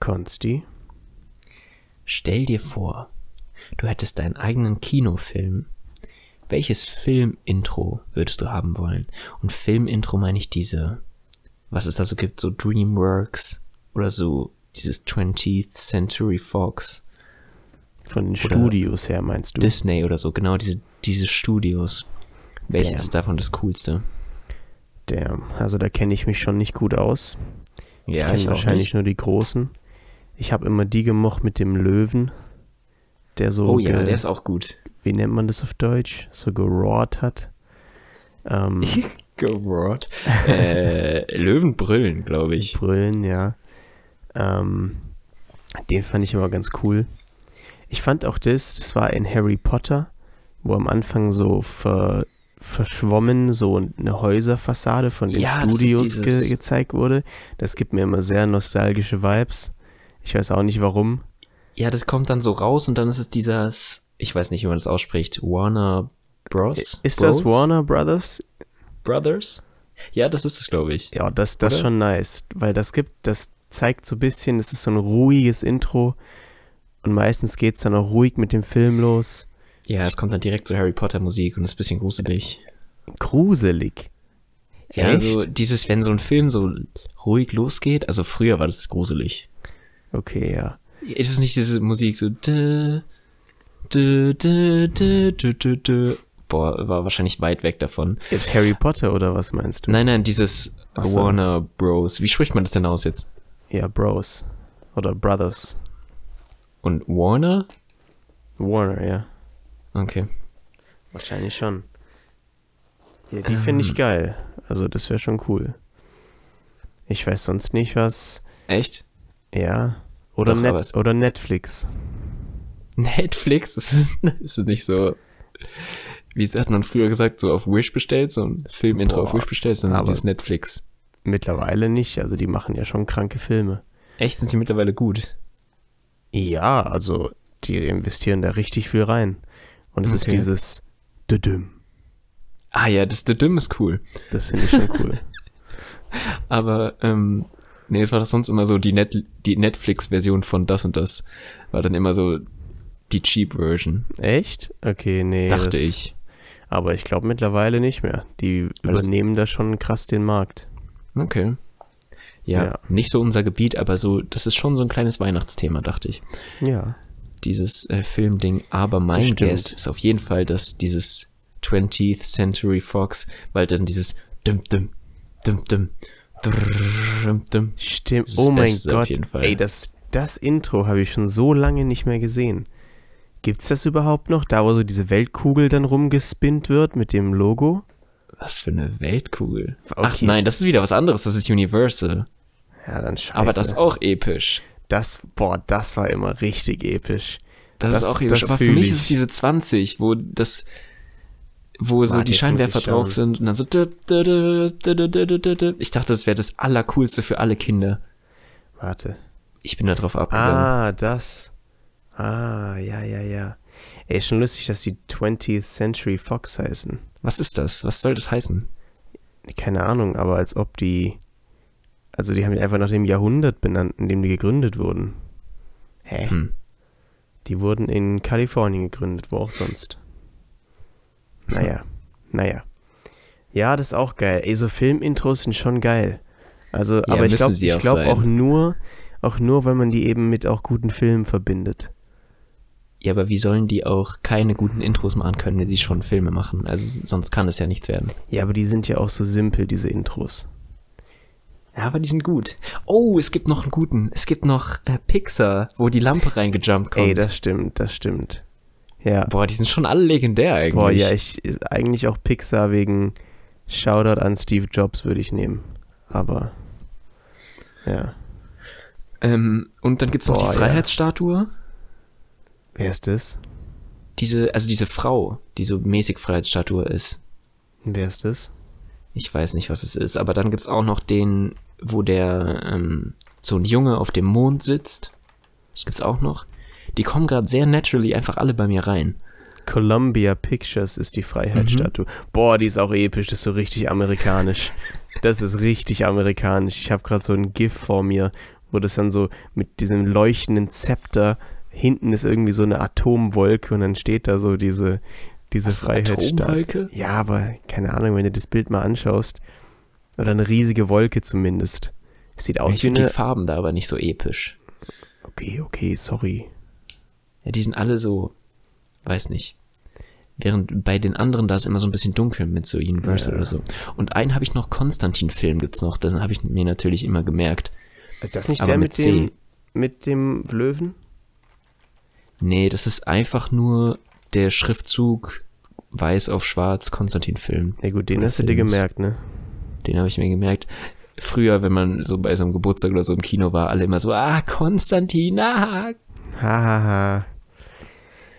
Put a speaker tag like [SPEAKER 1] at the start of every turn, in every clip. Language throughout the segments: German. [SPEAKER 1] Konsti?
[SPEAKER 2] Stell dir vor, du hättest deinen eigenen Kinofilm. Welches Filmintro würdest du haben wollen? Und Filmintro meine ich diese, was es da so gibt, so Dreamworks oder so dieses 20th Century Fox,
[SPEAKER 1] Von den Studios her meinst du?
[SPEAKER 2] Disney oder so, genau diese, diese Studios. Welches
[SPEAKER 1] Damn.
[SPEAKER 2] ist davon das coolste?
[SPEAKER 1] Damn. Also da kenne ich mich schon nicht gut aus. ich
[SPEAKER 2] Ja,
[SPEAKER 1] kenne
[SPEAKER 2] ich auch
[SPEAKER 1] wahrscheinlich
[SPEAKER 2] nicht.
[SPEAKER 1] nur die großen. Ich habe immer die gemocht mit dem Löwen, der so,
[SPEAKER 2] Oh ja,
[SPEAKER 1] ge-
[SPEAKER 2] der ist auch gut.
[SPEAKER 1] wie nennt man das auf Deutsch, so geroared hat. Ähm,
[SPEAKER 2] Gewort. äh, Löwen brüllen, glaube ich.
[SPEAKER 1] Brüllen, ja. Ähm, den fand ich immer ganz cool. Ich fand auch das, das war in Harry Potter, wo am Anfang so ver, verschwommen so eine Häuserfassade von den
[SPEAKER 2] Ja, das ist
[SPEAKER 1] Studios ge
[SPEAKER 2] dieses-
[SPEAKER 1] gezeigt wurde. Das gibt mir immer sehr nostalgische Vibes. Ich weiß auch nicht warum.
[SPEAKER 2] Ja, das kommt dann so raus und dann ist es dieses, ich weiß nicht, wie man das ausspricht, Warner Bros.
[SPEAKER 1] Ist
[SPEAKER 2] Bros?
[SPEAKER 1] das Warner Brothers?
[SPEAKER 2] Brothers? Ja, das ist es, glaube ich.
[SPEAKER 1] Ja, das, das
[SPEAKER 2] Oder?
[SPEAKER 1] schon nice, weil das gibt, das zeigt so ein bisschen, das ist so ein ruhiges Intro und meistens geht es dann auch ruhig mit dem Film los.
[SPEAKER 2] Ja, es kommt dann direkt zur Harry Potter Musik und ist ein bisschen gruselig.
[SPEAKER 1] Gruselig.
[SPEAKER 2] Ja,
[SPEAKER 1] Echt?
[SPEAKER 2] also dieses, wenn so ein Film so ruhig losgeht, also früher war das gruselig.
[SPEAKER 1] Okay, ja.
[SPEAKER 2] Ist es nicht diese Musik so dö, dö, dö, dö, dö, dö, dö. Boah, war wahrscheinlich weit weg davon.
[SPEAKER 1] Jetzt Harry Potter oder was meinst du?
[SPEAKER 2] Nein, nein, dieses
[SPEAKER 1] Ach so.
[SPEAKER 2] Warner Bros. Wie spricht man das denn aus jetzt?
[SPEAKER 1] Ja, Bros. Oder Brothers.
[SPEAKER 2] Und Warner?
[SPEAKER 1] Warner, ja.
[SPEAKER 2] Okay.
[SPEAKER 1] Wahrscheinlich schon. Ja, die finde
[SPEAKER 2] Ähm.
[SPEAKER 1] ich geil. Also, das wäre schon cool. Ich weiß sonst nicht, was.
[SPEAKER 2] Echt?
[SPEAKER 1] Ja. Oder,
[SPEAKER 2] Doch,
[SPEAKER 1] Net
[SPEAKER 2] aber es-
[SPEAKER 1] oder Netflix.
[SPEAKER 2] Netflix? Das ist, ist es nicht so. Wie hat man früher gesagt, so auf Wish bestellt, so ein Filmintro auf
[SPEAKER 1] Boah,
[SPEAKER 2] Wish bestellt, sondern so
[SPEAKER 1] aber-
[SPEAKER 2] dieses Netflix.
[SPEAKER 1] Mittlerweile nicht. Also, die machen ja schon kranke Filme.
[SPEAKER 2] Echt sind die mittlerweile gut.
[SPEAKER 1] Ja, also, die investieren da richtig viel rein. Und es ist
[SPEAKER 2] Okay.
[SPEAKER 1] dieses. Düdüm.
[SPEAKER 2] Ah ja, das The Dim ist cool.
[SPEAKER 1] Das finde ich schon cool.
[SPEAKER 2] Aber, ähm, nee, es war doch sonst immer so die, Net die Netflix-Version von das und das. War dann immer so die Cheap-Version,
[SPEAKER 1] Echt? Okay, nee.
[SPEAKER 2] dachte
[SPEAKER 1] das-
[SPEAKER 2] ich.
[SPEAKER 1] Aber ich glaube mittlerweile nicht mehr. Die
[SPEAKER 2] Weil das-
[SPEAKER 1] übernehmen da schon krass den Markt.
[SPEAKER 2] Okay. Ja,
[SPEAKER 1] Ja.
[SPEAKER 2] nicht so unser Gebiet, aber so, das ist schon so ein kleines Weihnachtsthema, dachte ich.
[SPEAKER 1] Ja.
[SPEAKER 2] Dieses äh, Filmding. Aber mein
[SPEAKER 1] stimmt.
[SPEAKER 2] Guest ist auf jeden Fall, dass dieses 20th Century Fox, weil dann dieses dum dum dum dum dum dum.
[SPEAKER 1] Stimmt.
[SPEAKER 2] Das ist
[SPEAKER 1] Oh mein
[SPEAKER 2] Beste auf
[SPEAKER 1] Gott.
[SPEAKER 2] jeden Fall.
[SPEAKER 1] Ey, das, das Intro habe ich schon so lange nicht mehr gesehen. Gibt's das überhaupt noch? Da, wo so diese Weltkugel dann rumgespinnt wird mit dem Logo?
[SPEAKER 2] Was für eine Weltkugel. Ach
[SPEAKER 1] Okay.
[SPEAKER 2] nein, das ist wieder was anderes, das ist Universal.
[SPEAKER 1] Ja, dann scheiße.
[SPEAKER 2] Aber das auch episch.
[SPEAKER 1] Das, boah, das war immer richtig episch.
[SPEAKER 2] Das, ist
[SPEAKER 1] Das-
[SPEAKER 2] auch episch.
[SPEAKER 1] das
[SPEAKER 2] Aber für
[SPEAKER 1] fühl
[SPEAKER 2] mich
[SPEAKER 1] ich.
[SPEAKER 2] ist es diese 20, wo das wo so
[SPEAKER 1] Warte,
[SPEAKER 2] die
[SPEAKER 1] jetzt muss
[SPEAKER 2] Scheinwerfer
[SPEAKER 1] ich schauen.
[SPEAKER 2] drauf sind und dann so dü- dü- dü- dü- dü- dü- dü- dü- dü. ich dachte, das wäre das allercoolste für alle Kinder.
[SPEAKER 1] Warte.
[SPEAKER 2] Ich bin da drauf abgegangen.
[SPEAKER 1] Ah, das. Ah, ja, ja, ja. Ey, ist schon lustig, dass die 20th Century Fox heißen.
[SPEAKER 2] Was ist das? Was soll das heißen?
[SPEAKER 1] keine Ahnung, aber als ob die, also die haben die einfach nach dem Jahrhundert benannt, in dem die gegründet wurden. Hä?
[SPEAKER 2] Hm.
[SPEAKER 1] Die wurden in Kalifornien gegründet, wo auch sonst. Naja, naja. Ja, das ist auch geil. Ey, so Filmintros sind schon geil. Also, aber ich
[SPEAKER 2] müssen
[SPEAKER 1] glaube
[SPEAKER 2] sie
[SPEAKER 1] ich
[SPEAKER 2] auch
[SPEAKER 1] glaub
[SPEAKER 2] sein.
[SPEAKER 1] auch nur, auch nur, weil man die eben mit auch guten Filmen verbindet.
[SPEAKER 2] Ja, aber wie sollen die auch keine guten Intros machen können, wenn sie schon Filme machen? Also sonst kann das ja nichts werden.
[SPEAKER 1] Ja, aber die sind ja auch so simpel, diese Intros.
[SPEAKER 2] Ja, aber die sind gut. Oh, es gibt noch einen guten. Es gibt noch äh, Pixar, wo die Lampe reingejumpt kommt.
[SPEAKER 1] Ey, das stimmt, das stimmt. Ja.
[SPEAKER 2] Boah, die sind schon alle legendär eigentlich.
[SPEAKER 1] Boah, ja, ich ist eigentlich auch Pixar wegen Shoutout an Steve Jobs würde ich nehmen. Aber ja.
[SPEAKER 2] ähm, und dann gibt's noch
[SPEAKER 1] Boah,
[SPEAKER 2] die
[SPEAKER 1] ja.
[SPEAKER 2] Freiheitsstatue.
[SPEAKER 1] Wer ist das?
[SPEAKER 2] diese, also diese Frau, die so mäßig Freiheitsstatue ist.
[SPEAKER 1] Wer ist das?
[SPEAKER 2] Ich weiß nicht, was es ist, aber dann gibt's auch noch den, wo der, ähm, so ein Junge auf dem Mond sitzt. Das gibt's auch noch. Die kommen gerade sehr naturally einfach alle bei mir rein.
[SPEAKER 1] Columbia Pictures ist die Freiheitsstatue. Boah, die ist auch episch, das ist so richtig amerikanisch. Das ist richtig amerikanisch. Ich habe gerade so ein GIF vor mir, wo das dann so mit diesem leuchtenden Zepter, hinten ist irgendwie so eine Atomwolke und dann steht da so diese, diese
[SPEAKER 2] Hast du eine
[SPEAKER 1] Freiheitsstatue.
[SPEAKER 2] Atomwolke?
[SPEAKER 1] Ja, aber keine Ahnung, wenn du das Bild mal anschaust, oder eine riesige Wolke zumindest. Es sieht aus
[SPEAKER 2] Ich
[SPEAKER 1] wie
[SPEAKER 2] finde die
[SPEAKER 1] eine.
[SPEAKER 2] Farben da aber nicht so episch.
[SPEAKER 1] Okay, okay, sorry.
[SPEAKER 2] Ja, die sind alle so, weiß nicht. Während bei den anderen da ist immer so ein bisschen dunkel mit so Universal oder so. Und einen habe ich noch, Konstantin-Film gibt's noch, den habe ich mir natürlich immer gemerkt.
[SPEAKER 1] Ist Also das nicht
[SPEAKER 2] Aber
[SPEAKER 1] der
[SPEAKER 2] mit
[SPEAKER 1] mit, dem,
[SPEAKER 2] C.
[SPEAKER 1] mit dem Löwen?
[SPEAKER 2] Nee, das ist einfach nur der Schriftzug weiß auf schwarz Konstantin-Film.
[SPEAKER 1] Ja gut, den
[SPEAKER 2] Oder
[SPEAKER 1] hast du dir
[SPEAKER 2] Films.
[SPEAKER 1] gemerkt, ne?
[SPEAKER 2] Den habe ich mir gemerkt. Früher, wenn man so bei so einem Geburtstag oder so im Kino war, alle immer so, ah, Konstantin, ah.
[SPEAKER 1] Hahaha. Ha, ha.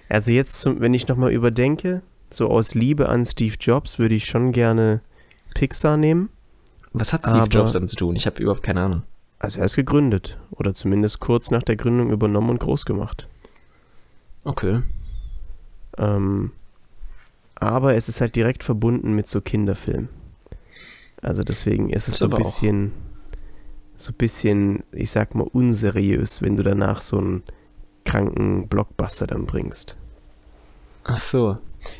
[SPEAKER 1] Also jetzt, zum, wenn ich nochmal überdenke, so aus Liebe an Steve Jobs würde ich schon gerne Pixar nehmen.
[SPEAKER 2] Was hat Steve
[SPEAKER 1] Aber-
[SPEAKER 2] Jobs dann zu tun? Ich habe überhaupt keine Ahnung.
[SPEAKER 1] Also er ist gegründet oder zumindest kurz nach der Gründung übernommen und groß gemacht.
[SPEAKER 2] Okay.
[SPEAKER 1] Ähm, aber es ist halt direkt verbunden mit so Kinderfilm. Also deswegen ist es
[SPEAKER 2] Ist
[SPEAKER 1] so ein
[SPEAKER 2] aber auch-
[SPEAKER 1] bisschen, so ein bisschen, ich sag mal, unseriös, wenn du danach so einen kranken Blockbuster dann bringst.
[SPEAKER 2] Ach so.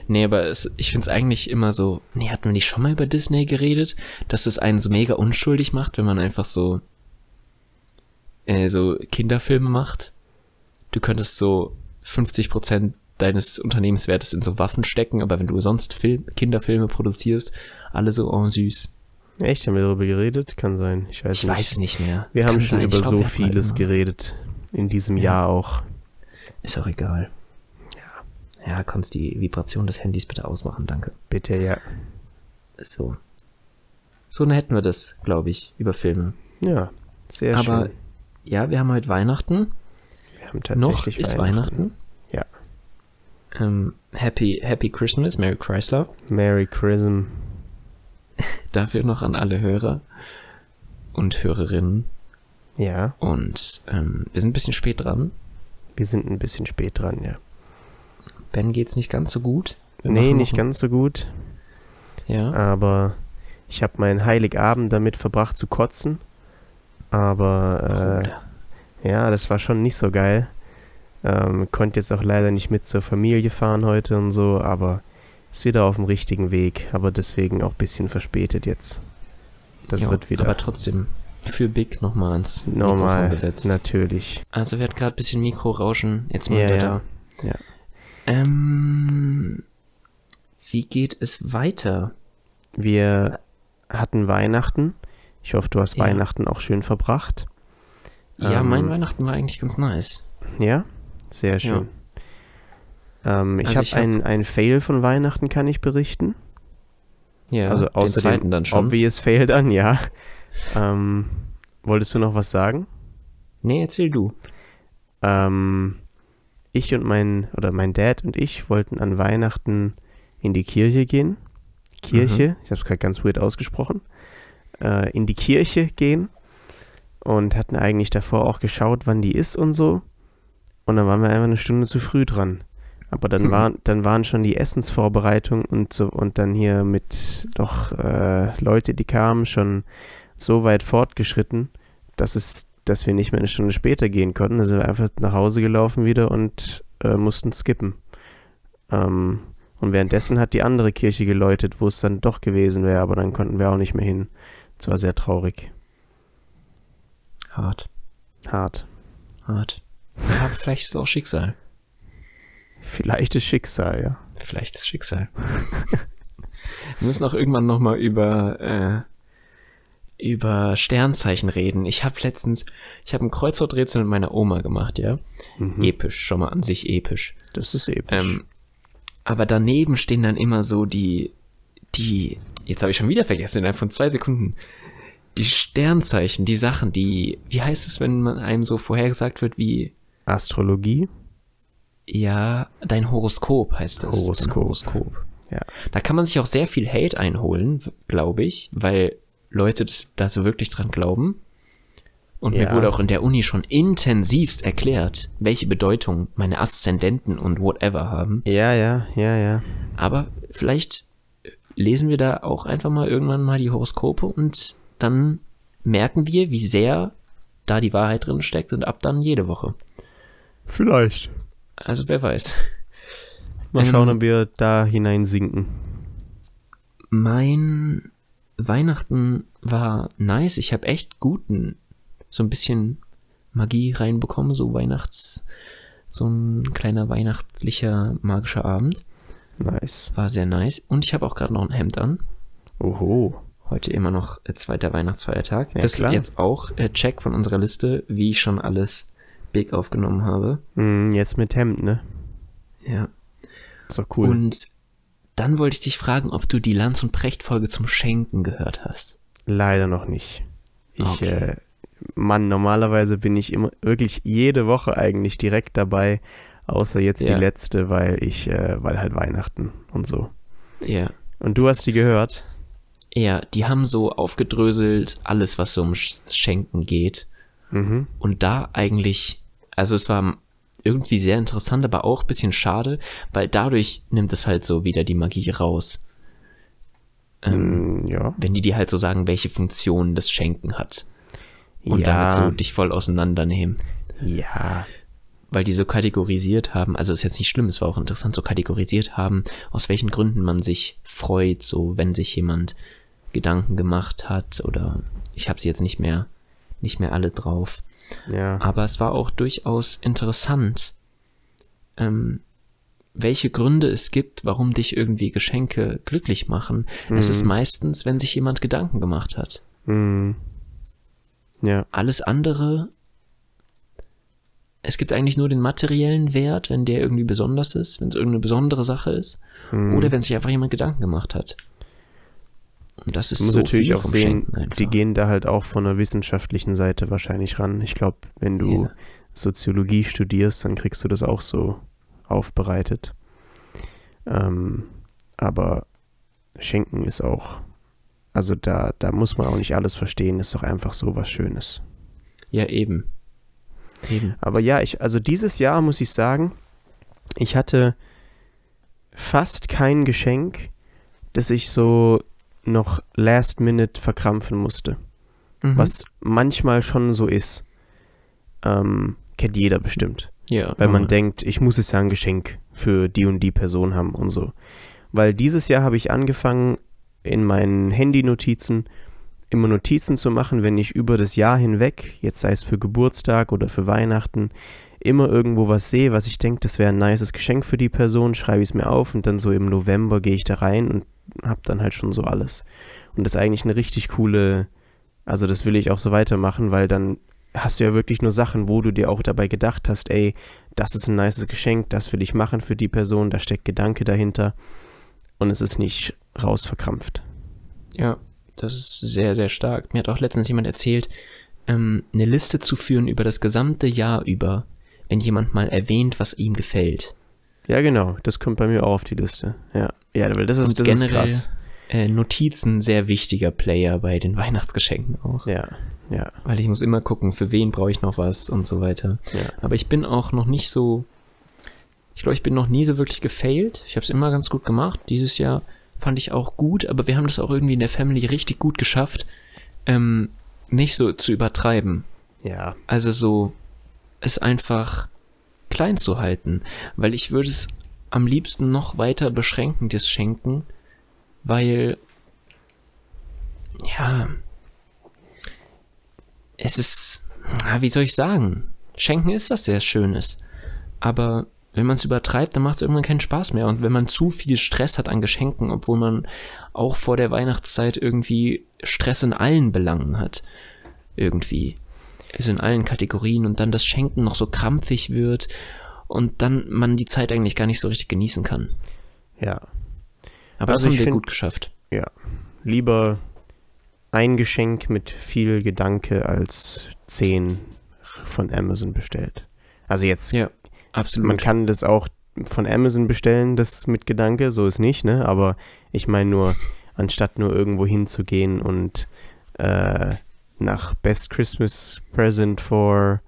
[SPEAKER 2] Nee, aber es, ich find's eigentlich immer so, nee, hatten wir nicht schon mal über Disney geredet, dass es einen so mega unschuldig macht, wenn man einfach so, äh, so Kinderfilme macht? Du könntest so 50% deines Unternehmenswertes in so Waffen stecken, aber wenn du sonst Film, Kinderfilme produzierst, alle so, oh süß.
[SPEAKER 1] Echt, haben wir darüber geredet? Kann sein. Ich weiß
[SPEAKER 2] Ich
[SPEAKER 1] nicht.
[SPEAKER 2] weiß es nicht mehr.
[SPEAKER 1] Also Wir
[SPEAKER 2] Kann
[SPEAKER 1] haben schon
[SPEAKER 2] sein, ich
[SPEAKER 1] über
[SPEAKER 2] glaub,
[SPEAKER 1] so
[SPEAKER 2] wir hatten mal
[SPEAKER 1] vieles
[SPEAKER 2] immer.
[SPEAKER 1] geredet. In diesem
[SPEAKER 2] Ja.
[SPEAKER 1] Jahr auch.
[SPEAKER 2] Ist auch egal. Ja. Ja, kannst die Vibration des Handys bitte ausmachen, danke.
[SPEAKER 1] Bitte, ja.
[SPEAKER 2] So. So dann hätten wir das, glaube ich, über Filme.
[SPEAKER 1] Ja, sehr
[SPEAKER 2] Aber
[SPEAKER 1] schön.
[SPEAKER 2] ja, wir haben heute Weihnachten.
[SPEAKER 1] Wir haben
[SPEAKER 2] Noch
[SPEAKER 1] tatsächlich
[SPEAKER 2] ist Weihnachten.
[SPEAKER 1] Ja.
[SPEAKER 2] Ähm, happy, happy Christmas, Merry Chrysler.
[SPEAKER 1] Merry Chrism.
[SPEAKER 2] Dafür noch an alle Hörer und Hörerinnen.
[SPEAKER 1] Ja,
[SPEAKER 2] Und ähm, wir sind ein bisschen spät dran.
[SPEAKER 1] wir sind ein bisschen spät dran, ja.
[SPEAKER 2] Ben geht's nicht ganz so gut. Wir
[SPEAKER 1] nee,
[SPEAKER 2] machen
[SPEAKER 1] nicht
[SPEAKER 2] noch-
[SPEAKER 1] ganz so gut,
[SPEAKER 2] Ja.
[SPEAKER 1] aber ich habe meinen Heiligabend damit verbracht zu kotzen. Aber
[SPEAKER 2] Bruder.
[SPEAKER 1] äh, ja, das war schon nicht so geil. Ähm, konnte jetzt auch leider nicht mit zur Familie fahren heute und so, aber ist wieder auf dem richtigen Weg, aber deswegen auch ein bisschen verspätet jetzt. Das
[SPEAKER 2] Ja,
[SPEAKER 1] wird wieder.
[SPEAKER 2] Aber trotzdem, für Big nochmal ans Mikrofon
[SPEAKER 1] Normal,
[SPEAKER 2] gesetzt.
[SPEAKER 1] natürlich.
[SPEAKER 2] Also wir hatten gerade ein bisschen Mikrorauschen. Jetzt mal
[SPEAKER 1] Ja,
[SPEAKER 2] wieder
[SPEAKER 1] ja.
[SPEAKER 2] da.
[SPEAKER 1] Ja.
[SPEAKER 2] Ähm, wie geht es weiter?
[SPEAKER 1] Wir hatten Weihnachten. Ich hoffe, du hast
[SPEAKER 2] Ja.
[SPEAKER 1] Weihnachten auch schön verbracht.
[SPEAKER 2] Ja,
[SPEAKER 1] Ähm,
[SPEAKER 2] mein Weihnachten war eigentlich ganz nice.
[SPEAKER 1] Ja, sehr schön. Ähm, ich
[SPEAKER 2] Also
[SPEAKER 1] habe
[SPEAKER 2] ich hab-
[SPEAKER 1] einen, einen Fail von Weihnachten, kann ich berichten.
[SPEAKER 2] Ja,
[SPEAKER 1] also
[SPEAKER 2] den
[SPEAKER 1] außer
[SPEAKER 2] zweiten
[SPEAKER 1] dem
[SPEAKER 2] dann schon.
[SPEAKER 1] obvious Fail dann, ja. ähm, wolltest du noch was sagen?
[SPEAKER 2] nee, erzähl du.
[SPEAKER 1] Ähm, ich und mein, oder mein Dad und ich wollten an Weihnachten in die Kirche gehen. Kirche,
[SPEAKER 2] Mhm.
[SPEAKER 1] ich habe es gerade ganz weird ausgesprochen, äh, in die Kirche gehen und hatten eigentlich davor auch geschaut, wann die ist und so. Und dann waren wir einfach eine Stunde zu früh dran. Aber dann,
[SPEAKER 2] Hm.
[SPEAKER 1] waren, dann waren schon die Essensvorbereitungen und, so, und dann hier mit doch äh, Leute, die kamen, schon so weit fortgeschritten, dass, es, dass wir nicht mehr eine Stunde später gehen konnten. Da sind wir einfach nach Hause gelaufen wieder und äh, mussten skippen. Ähm, und währenddessen hat die andere Kirche geläutet, wo es dann doch gewesen wäre, aber dann konnten wir auch nicht mehr hin. Es war sehr traurig.
[SPEAKER 2] Hart,
[SPEAKER 1] Hart.
[SPEAKER 2] hart. Ja, aber vielleicht ist es auch Schicksal.
[SPEAKER 1] Vielleicht ist Schicksal, ja.
[SPEAKER 2] Vielleicht ist es Schicksal. Wir müssen auch irgendwann nochmal über, äh, über Sternzeichen reden. Ich habe letztens, ich habe ein Kreuzworträtsel mit meiner Oma gemacht, ja.
[SPEAKER 1] Mhm.
[SPEAKER 2] Episch, schon mal an sich episch.
[SPEAKER 1] Das ist episch.
[SPEAKER 2] Ähm, aber daneben stehen dann immer so die, die, jetzt habe ich schon wieder vergessen, innerhalb von zwei Sekunden, die Sternzeichen, die Sachen, die, wie heißt es, wenn man einem so vorhergesagt wird wie,
[SPEAKER 1] Astrologie?
[SPEAKER 2] ja, dein Horoskop heißt das.
[SPEAKER 1] Horoskop.
[SPEAKER 2] Dein Horoskop.
[SPEAKER 1] Ja.
[SPEAKER 2] Da kann man sich auch sehr viel Hate einholen, glaube ich, weil Leute das, da so wirklich dran glauben. Und mir
[SPEAKER 1] Ja.
[SPEAKER 2] wurde auch in der Uni schon intensivst erklärt, welche Bedeutung meine Aszendenten und whatever haben.
[SPEAKER 1] Ja, ja, ja, ja.
[SPEAKER 2] Aber vielleicht lesen wir da auch einfach mal irgendwann mal die Horoskope und dann merken wir, wie sehr da die Wahrheit drin steckt und ab dann jede Woche.
[SPEAKER 1] Vielleicht.
[SPEAKER 2] Also wer weiß.
[SPEAKER 1] Mal
[SPEAKER 2] Ähm.
[SPEAKER 1] schauen, ob wir da hineinsinken.
[SPEAKER 2] Mein Weihnachten war nice. Ich habe echt guten, so ein bisschen Magie reinbekommen, so Weihnachts, so ein kleiner weihnachtlicher magischer Abend.
[SPEAKER 1] Nice.
[SPEAKER 2] War sehr nice. Und ich habe auch gerade noch ein Hemd an.
[SPEAKER 1] Oho.
[SPEAKER 2] Heute immer noch äh, zweiter Weihnachtsfeiertag.
[SPEAKER 1] Ja,
[SPEAKER 2] das
[SPEAKER 1] klar.
[SPEAKER 2] ist jetzt auch äh, Check von unserer Liste, wie ich schon alles big aufgenommen habe.
[SPEAKER 1] Hm, jetzt mit Hemd, ne?
[SPEAKER 2] Ja.
[SPEAKER 1] Ist doch cool.
[SPEAKER 2] Und dann wollte ich dich fragen, ob du die Lanz- und Precht-Folge zum Schenken gehört hast.
[SPEAKER 1] Leider noch nicht. Ich,
[SPEAKER 2] Okay.
[SPEAKER 1] äh, Mann, normalerweise bin ich immer wirklich jede Woche eigentlich direkt dabei, außer jetzt
[SPEAKER 2] Ja.
[SPEAKER 1] die letzte, weil ich, äh, weil halt Weihnachten und so.
[SPEAKER 2] Ja.
[SPEAKER 1] Und du hast die gehört?
[SPEAKER 2] Ja, die haben so aufgedröselt alles, was so um Sch- Schenken geht.
[SPEAKER 1] Mhm.
[SPEAKER 2] Und da eigentlich, also es war irgendwie sehr interessant, aber auch ein bisschen schade, weil dadurch nimmt es halt so wieder die Magie raus.
[SPEAKER 1] Mm, Ja.
[SPEAKER 2] Wenn die dir halt so sagen, welche Funktion das Schenken hat. Und
[SPEAKER 1] ja.
[SPEAKER 2] damit so dich voll auseinandernehmen.
[SPEAKER 1] ja.
[SPEAKER 2] Weil die so kategorisiert haben, also ist jetzt nicht schlimm, es war auch interessant, so kategorisiert haben, aus welchen Gründen man sich freut, so wenn sich jemand Gedanken gemacht hat oder ich habe sie jetzt nicht mehr, nicht mehr alle drauf.
[SPEAKER 1] Ja.
[SPEAKER 2] Aber es war auch durchaus interessant, ähm, welche Gründe es gibt, warum dich irgendwie Geschenke glücklich machen. Es ist meistens, wenn sich jemand Gedanken gemacht hat.
[SPEAKER 1] Mm. Ja.
[SPEAKER 2] Alles andere, es gibt eigentlich nur den materiellen Wert, wenn der irgendwie besonders ist, wenn es irgendeine besondere Sache ist,
[SPEAKER 1] Mhm.
[SPEAKER 2] oder wenn sich einfach jemand Gedanken gemacht hat. Und das ist
[SPEAKER 1] Du musst
[SPEAKER 2] so
[SPEAKER 1] natürlich
[SPEAKER 2] viel
[SPEAKER 1] auch
[SPEAKER 2] vom
[SPEAKER 1] sehen,
[SPEAKER 2] Schenken einfach.
[SPEAKER 1] die gehen da halt auch von der wissenschaftlichen Seite wahrscheinlich ran. Ich glaube, wenn du
[SPEAKER 2] Ja.
[SPEAKER 1] Soziologie studierst, dann kriegst du das auch so aufbereitet. Ähm, aber Schenken ist auch, also da, da muss man auch nicht alles verstehen, ist doch einfach so was Schönes.
[SPEAKER 2] Ja, eben. Eben.
[SPEAKER 1] Aber ja, ich, also dieses Jahr muss ich sagen, ich hatte fast kein Geschenk, das ich so noch last minute verkrampfen musste.
[SPEAKER 2] Mhm.
[SPEAKER 1] was manchmal schon so ist. Ähm, kennt jeder bestimmt.
[SPEAKER 2] Ja,
[SPEAKER 1] Weil man
[SPEAKER 2] normal.
[SPEAKER 1] denkt, ich muss jetzt ja ein Geschenk für die und die Person haben und so. Weil dieses Jahr habe ich angefangen, in meinen Handy-Notizen immer Notizen zu machen, wenn ich über das Jahr hinweg, jetzt sei es für Geburtstag oder für Weihnachten, immer irgendwo was sehe, was ich denke, das wäre ein nices Geschenk für die Person, schreibe ich es mir auf und dann so im November gehe ich da rein und habe dann halt schon so alles. Und das ist eigentlich eine richtig coole, also das will ich auch so weitermachen, weil dann hast du ja wirklich nur Sachen, wo du dir auch dabei gedacht hast, ey, das ist ein nices Geschenk, das will ich machen für die Person, da steckt Gedanke dahinter und es ist nicht raus verkrampft.
[SPEAKER 2] Ja, das ist sehr, sehr stark. Mir hat auch letztens jemand erzählt, ähm, eine Liste zu führen über das gesamte Jahr über, wenn jemand mal erwähnt, was ihm gefällt.
[SPEAKER 1] Ja, genau, das kommt bei mir auch auf die Liste. Ja, ja weil das ist,
[SPEAKER 2] Und
[SPEAKER 1] das ist
[SPEAKER 2] generell
[SPEAKER 1] krass.
[SPEAKER 2] äh, Notizen sehr wichtiger Player bei den Weihnachtsgeschenken auch.
[SPEAKER 1] Ja, ja,
[SPEAKER 2] Weil ich muss immer gucken, für wen brauche ich noch was und so weiter.
[SPEAKER 1] ja.
[SPEAKER 2] Aber ich bin auch noch nicht so. Ich glaube, ich bin noch nie so wirklich gefailt. Ich habe es immer ganz gut gemacht. Dieses Jahr fand ich auch gut, aber wir haben das auch irgendwie in der Family richtig gut geschafft, ähm, nicht so zu übertreiben.
[SPEAKER 1] Ja,
[SPEAKER 2] Also so, es einfach klein zu halten. Weil ich würde es am liebsten noch weiter beschränken, das Schenken, weil, ja, es ist, na, wie soll ich sagen? Schenken ist was sehr Schönes. Aber wenn man es übertreibt, dann macht es irgendwann keinen Spaß mehr. Und wenn man zu viel Stress hat an Geschenken, obwohl man auch vor der Weihnachtszeit irgendwie Stress in allen Belangen hat, irgendwie. Also in allen Kategorien und dann das Schenken noch so krampfig wird und dann man die Zeit eigentlich gar nicht so richtig genießen kann.
[SPEAKER 1] ja.
[SPEAKER 2] Aber
[SPEAKER 1] Also
[SPEAKER 2] das haben
[SPEAKER 1] ich
[SPEAKER 2] wir
[SPEAKER 1] find-
[SPEAKER 2] gut geschafft.
[SPEAKER 1] Ja. Lieber ein Geschenk mit viel Gedanke als zehn von Amazon bestellt. Also jetzt,
[SPEAKER 2] Ja,
[SPEAKER 1] man
[SPEAKER 2] absolut.
[SPEAKER 1] kann das auch von Amazon bestellen, das mit Gedanke, so ist nicht, ne? Aber ich meine nur, anstatt nur irgendwo hinzugehen und äh, nach Best Christmas Present for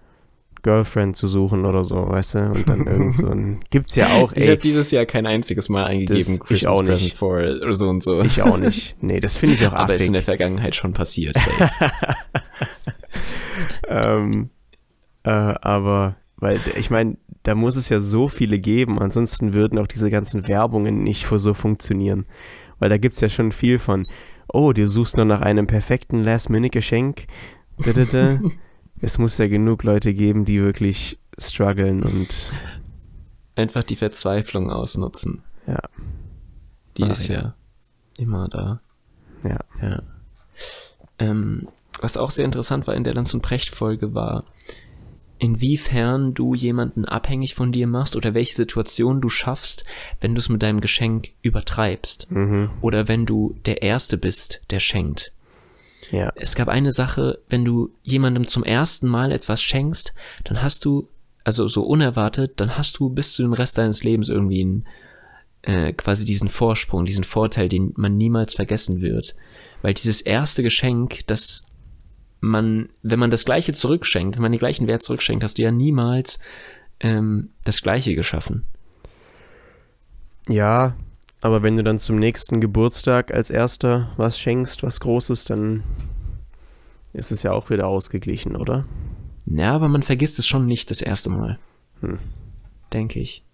[SPEAKER 1] Girlfriend zu suchen oder so, weißt du? Und dann irgend so ein. Gibt's ja auch, ey.
[SPEAKER 2] hab dieses Jahr kein einziges Mal
[SPEAKER 1] Das- ich auch nicht.
[SPEAKER 2] for oder so und so.
[SPEAKER 1] Ich auch nicht. Nee, das finde ich auch
[SPEAKER 2] aber ist in
[SPEAKER 1] affig.
[SPEAKER 2] der Vergangenheit schon passiert.
[SPEAKER 1] ähm, äh, aber, weil d- ich meine, da muss es ja so viele geben, ansonsten würden auch diese ganzen Werbungen nicht für so funktionieren. Weil da gibt es ja schon viel von, oh, du suchst noch nach einem perfekten Last-Minute-Geschenk. Dadada. es muss ja genug Leute geben, die wirklich strugglen und
[SPEAKER 2] Einfach die Verzweiflung ausnutzen.
[SPEAKER 1] Ja.
[SPEAKER 2] Die
[SPEAKER 1] Ah,
[SPEAKER 2] ist ja. immer da.
[SPEAKER 1] Ja.
[SPEAKER 2] ja. Ähm, was auch sehr interessant war in der Lanz und Precht-Folge war, inwiefern du jemanden abhängig von dir machst oder welche Situation du schaffst, wenn du es mit deinem Geschenk übertreibst.
[SPEAKER 1] Mhm.
[SPEAKER 2] Oder wenn du der Erste bist, der schenkt.
[SPEAKER 1] ja.
[SPEAKER 2] Es gab eine Sache, wenn du jemandem zum ersten Mal etwas schenkst, dann hast du, also so unerwartet, dann hast du bis zu dem Rest deines Lebens irgendwie einen, äh, quasi diesen Vorsprung, diesen Vorteil, den man niemals vergessen wird. Weil dieses erste Geschenk, das man, wenn man das gleiche zurückschenkt, wenn man den gleichen Wert zurückschenkt, hast du ja niemals ähm, das gleiche geschaffen.
[SPEAKER 1] Ja, aber wenn du dann zum nächsten Geburtstag als erster was schenkst, was Großes, dann ist es ja auch wieder ausgeglichen, oder?
[SPEAKER 2] Ja, aber man vergisst es schon nicht das erste Mal. Denke ich.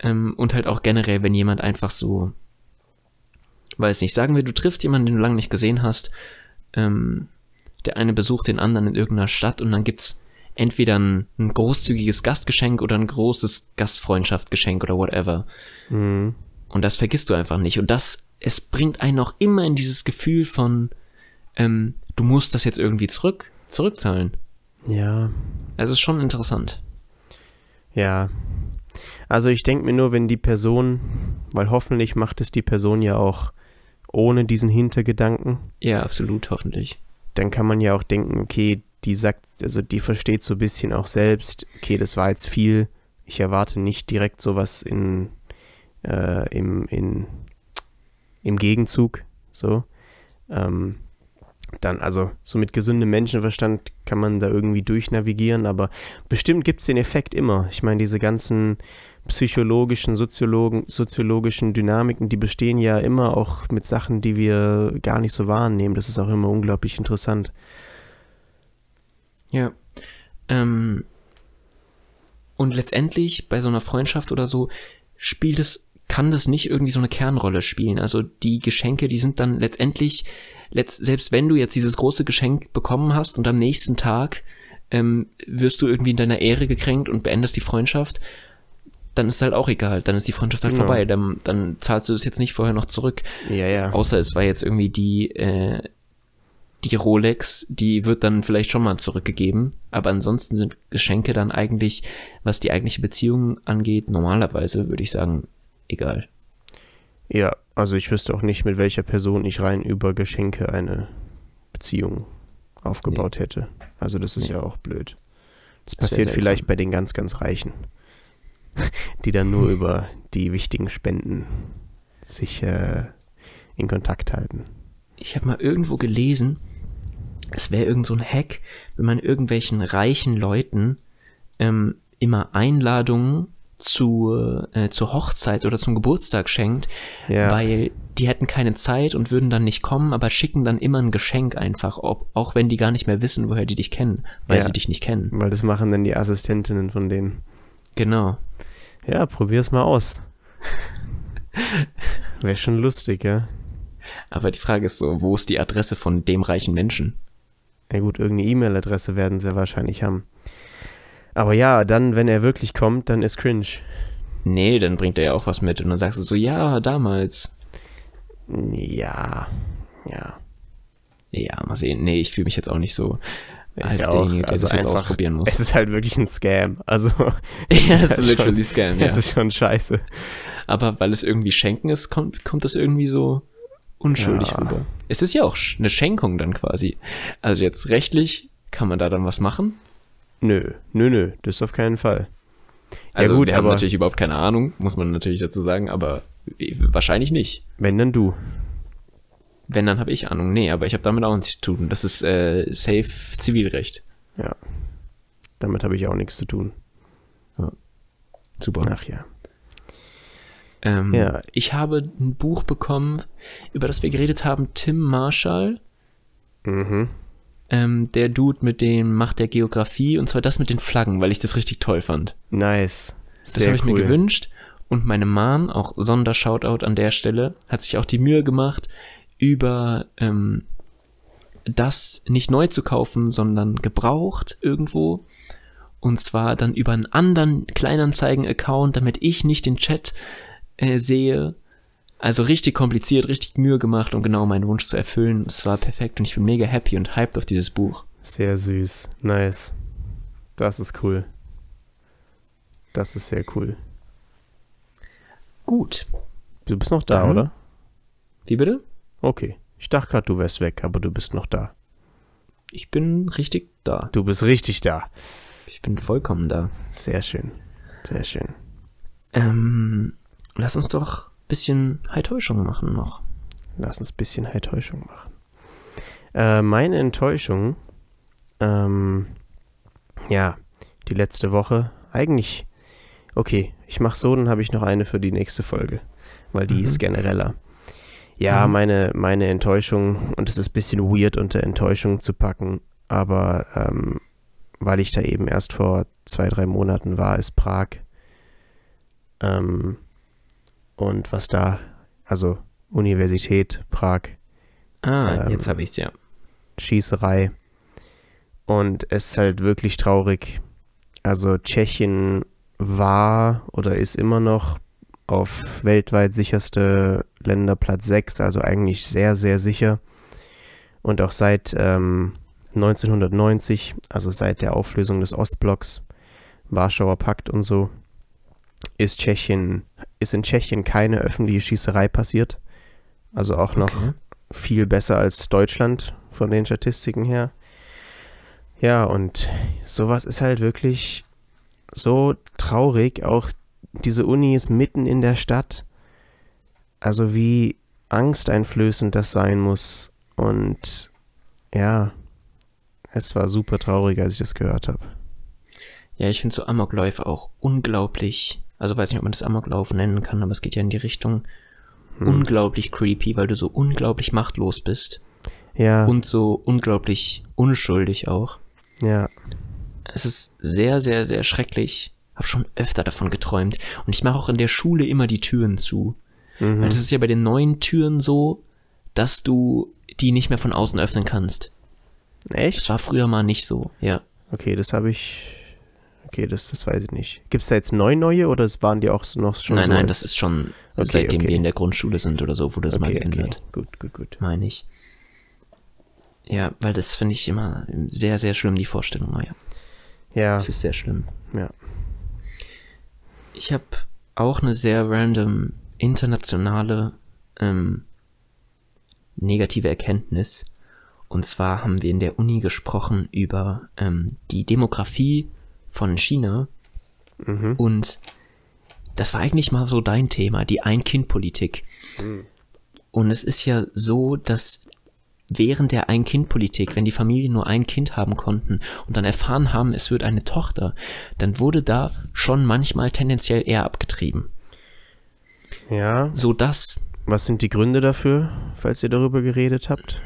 [SPEAKER 2] Ähm, und halt auch generell, wenn jemand einfach so, weiß nicht, sagen wir, du triffst jemanden, den du lange nicht gesehen hast, ähm, der eine besucht den anderen in irgendeiner Stadt und dann gibt's entweder ein, ein großzügiges Gastgeschenk oder ein großes Gastfreundschaftsgeschenk oder whatever. Und das vergisst du einfach nicht. Und das, es bringt einen auch immer in dieses Gefühl von, ähm, du musst das jetzt irgendwie zurück, zurückzahlen.
[SPEAKER 1] Ja,
[SPEAKER 2] Also ist schon interessant.
[SPEAKER 1] ja. Also ich denke mir nur, wenn die Person, weil hoffentlich macht es die Person ja auch ohne diesen Hintergedanken,
[SPEAKER 2] Ja, absolut, hoffentlich.
[SPEAKER 1] dann kann man ja auch denken, okay, die sagt, also die versteht so ein bisschen auch selbst, okay, das war jetzt viel, ich erwarte nicht direkt sowas in, äh, im, in, im Gegenzug, so. Ähm, dann, also, so mit gesundem Menschenverstand kann man da irgendwie durchnavigieren, aber bestimmt gibt es den Effekt immer. Ich meine, diese ganzen psychologischen, Soziologen, soziologischen Dynamiken, die bestehen ja immer auch mit Sachen, die wir gar nicht so wahrnehmen. Das ist auch immer unglaublich interessant.
[SPEAKER 2] Ja. Ähm, und letztendlich bei so einer Freundschaft oder so spielt es, kann das nicht irgendwie so eine Kernrolle spielen. Also die Geschenke, die sind dann letztendlich, letzt, selbst wenn du jetzt dieses große Geschenk bekommen hast und am nächsten Tag ähm, wirst du irgendwie in deiner Ehre gekränkt und beendest die Freundschaft, dann ist halt auch egal. Dann ist die Freundschaft halt
[SPEAKER 1] Ja.
[SPEAKER 2] vorbei. Dann, dann zahlst du es jetzt nicht vorher noch zurück.
[SPEAKER 1] Ja, ja.
[SPEAKER 2] Außer es war jetzt irgendwie die, äh, die Rolex, die wird dann vielleicht schon mal zurückgegeben. Aber ansonsten sind Geschenke dann eigentlich, was die eigentliche Beziehung angeht, normalerweise würde ich sagen, egal.
[SPEAKER 1] Ja, also ich wüsste auch nicht, mit welcher Person ich rein über Geschenke eine Beziehung aufgebaut hätte. Also das ist
[SPEAKER 2] Nee.
[SPEAKER 1] ja auch blöd. Das,
[SPEAKER 2] Das wär
[SPEAKER 1] passiert
[SPEAKER 2] seltsam.
[SPEAKER 1] vielleicht bei den ganz, ganz Reichen, die dann nur
[SPEAKER 2] Hm.
[SPEAKER 1] über die wichtigen Spenden sich äh, in Kontakt halten.
[SPEAKER 2] Ich habe mal irgendwo gelesen, es wäre irgend so ein Hack, wenn man irgendwelchen reichen Leuten ähm, immer Einladungen zur, äh, zur Hochzeit oder zum Geburtstag schenkt,
[SPEAKER 1] Ja.
[SPEAKER 2] weil die hätten keine Zeit und würden dann nicht kommen, aber schicken dann immer ein Geschenk einfach, ob, auch wenn die gar nicht mehr wissen, woher die dich kennen, weil
[SPEAKER 1] Ja.
[SPEAKER 2] sie dich nicht kennen.
[SPEAKER 1] Weil das machen dann die Assistentinnen von denen.
[SPEAKER 2] Genau.
[SPEAKER 1] Ja, probier's mal aus. Wäre schon lustig, ja.
[SPEAKER 2] Aber die Frage ist so, wo ist die Adresse von dem reichen Menschen?
[SPEAKER 1] Ja gut, irgendeine E-Mail-Adresse werden sie ja wahrscheinlich haben. Aber ja, dann, wenn er wirklich kommt, dann ist cringe.
[SPEAKER 2] Nee, dann bringt er ja auch was mit und dann sagst du so, ja, damals.
[SPEAKER 1] Ja, ja.
[SPEAKER 2] Ja, mal sehen. Nee, ich fühle mich jetzt auch nicht so äh, als
[SPEAKER 1] Ist ja auch,
[SPEAKER 2] derjenige, der
[SPEAKER 1] also
[SPEAKER 2] das jetzt
[SPEAKER 1] einfach,
[SPEAKER 2] ausprobieren muss.
[SPEAKER 1] Es ist halt wirklich ein Scam. Also,
[SPEAKER 2] Ja, es
[SPEAKER 1] halt
[SPEAKER 2] ist literally Scam, ja.
[SPEAKER 1] Es ist schon scheiße.
[SPEAKER 2] Aber weil es irgendwie Schenken ist, kommt, kommt das irgendwie so unschuldig
[SPEAKER 1] Ja.
[SPEAKER 2] rüber. Es ist ja auch sch- eine Schenkung dann quasi. Also jetzt rechtlich kann man da dann was machen.
[SPEAKER 1] Nö, nö, nö, das auf keinen Fall.
[SPEAKER 2] Also
[SPEAKER 1] gut,
[SPEAKER 2] wir haben
[SPEAKER 1] aber-
[SPEAKER 2] natürlich überhaupt keine Ahnung, muss man natürlich dazu sagen, aber wahrscheinlich nicht.
[SPEAKER 1] Wenn, dann du.
[SPEAKER 2] Wenn, dann habe ich Ahnung. Nee, aber ich habe damit auch nichts zu tun. Das ist äh, safe Zivilrecht.
[SPEAKER 1] Ja. Damit habe ich auch nichts zu tun.
[SPEAKER 2] Super.
[SPEAKER 1] Ach ja.
[SPEAKER 2] Ähm,
[SPEAKER 1] Ja.
[SPEAKER 2] Ich habe ein Buch bekommen, über das wir geredet haben, Tim Marshall.
[SPEAKER 1] Mhm.
[SPEAKER 2] ähm, der Dude mit dem Macht der Geografie und zwar das mit den Flaggen, weil ich das richtig toll fand.
[SPEAKER 1] Nice.
[SPEAKER 2] Das habe ich mir gewünscht und meine Mom, auch Sondershoutout an der Stelle, hat sich auch die Mühe gemacht, über ähm, das nicht neu zu kaufen, sondern gebraucht irgendwo. Und zwar dann über einen anderen Kleinanzeigen-Account, damit ich nicht den Chat äh, sehe. Also richtig kompliziert, richtig Mühe gemacht, um genau meinen Wunsch zu erfüllen. Es war perfekt und ich bin mega happy und hyped auf dieses Buch.
[SPEAKER 1] Sehr süß. Nice. Das ist cool. Das ist sehr cool.
[SPEAKER 2] Gut.
[SPEAKER 1] Du bist noch da,
[SPEAKER 2] Dann-
[SPEAKER 1] oder?
[SPEAKER 2] Wie bitte?
[SPEAKER 1] Okay. Ich dachte gerade, du wärst weg, aber du bist noch da.
[SPEAKER 2] Ich bin richtig da.
[SPEAKER 1] Du bist richtig da.
[SPEAKER 2] Ich bin vollkommen da.
[SPEAKER 1] Sehr schön. Sehr schön.
[SPEAKER 2] Ähm, lass uns doch ein bisschen Heitäuschung machen noch.
[SPEAKER 1] Lass uns ein bisschen Enttäuschung machen. Äh, meine Enttäuschung, ähm, ja, die letzte Woche, eigentlich, okay, ich mache so, dann habe ich noch eine für die nächste Folge, weil die
[SPEAKER 2] Mhm.
[SPEAKER 1] ist genereller. Ja,
[SPEAKER 2] Mhm.
[SPEAKER 1] meine, meine Enttäuschung, und es ist ein bisschen weird, unter Enttäuschung zu packen, aber ähm, weil ich da eben erst vor zwei, drei Monaten war, ist Prag. Ähm, und was da, also Universität, Prag,
[SPEAKER 2] Ah,
[SPEAKER 1] Ähm,
[SPEAKER 2] jetzt habe ich's ja.
[SPEAKER 1] Schießerei. Und es ist halt wirklich traurig. Also Tschechien war oder ist immer noch auf weltweit sicherste Länder Platz 6, also eigentlich sehr, sehr sicher. Und auch seit ähm, 1990, also seit der Auflösung des Ostblocks, Warschauer Pakt und so, ist Tschechien, ist in Tschechien keine öffentliche Schießerei passiert. Also auch noch
[SPEAKER 2] Okay.
[SPEAKER 1] viel besser als Deutschland von den Statistiken her. Ja, und sowas ist halt wirklich so traurig. Auch diese Uni ist mitten in der Stadt. Also wie angsteinflößend das sein muss. Und ja, es war super traurig, als ich das gehört habe.
[SPEAKER 2] Ja, ich finde so Amokläufe auch unglaublich. Also weiß nicht, ob man das Amoklauf nennen kann, aber es geht ja in die Richtung
[SPEAKER 1] Hm.
[SPEAKER 2] unglaublich creepy, weil du so unglaublich machtlos bist
[SPEAKER 1] Ja,
[SPEAKER 2] und so unglaublich unschuldig auch.
[SPEAKER 1] ja,
[SPEAKER 2] Es ist sehr, sehr, sehr schrecklich. Hab schon öfter davon geträumt. Und ich mache auch in der Schule immer die Türen zu.
[SPEAKER 1] Mhm.
[SPEAKER 2] Weil es ist ja bei den neuen Türen so, dass du die nicht mehr von außen öffnen kannst. Das
[SPEAKER 1] echt?
[SPEAKER 2] war früher mal nicht so, ja.
[SPEAKER 1] Okay, das habe ich. Okay, das, das weiß ich nicht. Gibt es da jetzt neun neue oder es waren die auch so- noch schon
[SPEAKER 2] nein,
[SPEAKER 1] so
[SPEAKER 2] nein,
[SPEAKER 1] als-
[SPEAKER 2] das ist schon
[SPEAKER 1] Okay,
[SPEAKER 2] seitdem
[SPEAKER 1] okay.
[SPEAKER 2] wir in der Grundschule sind oder so, wurde das mal geändert.
[SPEAKER 1] Gut, gut, gut.
[SPEAKER 2] meine ich. Ja, weil das finde ich immer sehr, sehr schlimm, die Vorstellung. Oh Ja,
[SPEAKER 1] Ja,
[SPEAKER 2] das ist sehr schlimm.
[SPEAKER 1] ja.
[SPEAKER 2] Ich habe auch eine sehr random internationale ähm, negative Erkenntnis. Und zwar haben wir in der Uni gesprochen über ähm, die Demografie von China. Und das war eigentlich mal so dein Thema, die Ein-Kind-Politik. Und es ist ja so, dass während der Ein-Kind-Politik, wenn die Familien nur ein Kind haben konnten und dann erfahren haben, es wird eine Tochter, dann wurde da schon manchmal tendenziell eher abgetrieben.
[SPEAKER 1] Ja,
[SPEAKER 2] So dass,
[SPEAKER 1] was sind die Gründe dafür, falls ihr darüber geredet habt?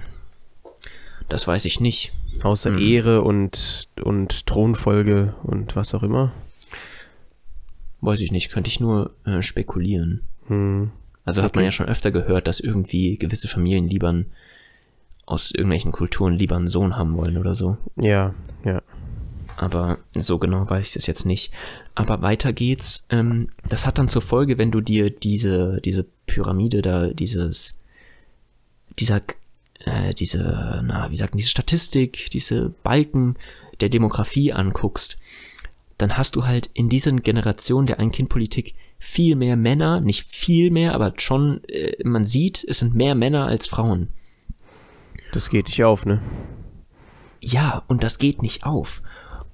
[SPEAKER 2] das weiß ich nicht.
[SPEAKER 1] Außer Ehre und, und Thronfolge und was auch immer.
[SPEAKER 2] Weiß ich nicht, könnte ich nur äh, spekulieren.
[SPEAKER 1] Hm.
[SPEAKER 2] Also hat man ja schon öfter gehört, dass irgendwie gewisse Familien lieber einen- aus irgendwelchen Kulturen lieber einen Sohn haben wollen oder so.
[SPEAKER 1] Ja, ja.
[SPEAKER 2] Aber so genau weiß ich das jetzt nicht. Aber weiter geht's. Ähm, das hat dann zur Folge, wenn du dir diese, diese Pyramide da, dieses, dieser, äh, diese, na, wie sagt man, diese Statistik, diese Balken der Demografie anguckst, dann hast du halt in diesen Generationen der Ein-Kind-Politik viel mehr Männer, nicht viel mehr, aber schon, äh, man sieht, es sind mehr Männer als Frauen.
[SPEAKER 1] Das geht nicht auf, ne?
[SPEAKER 2] ja, und das geht nicht auf.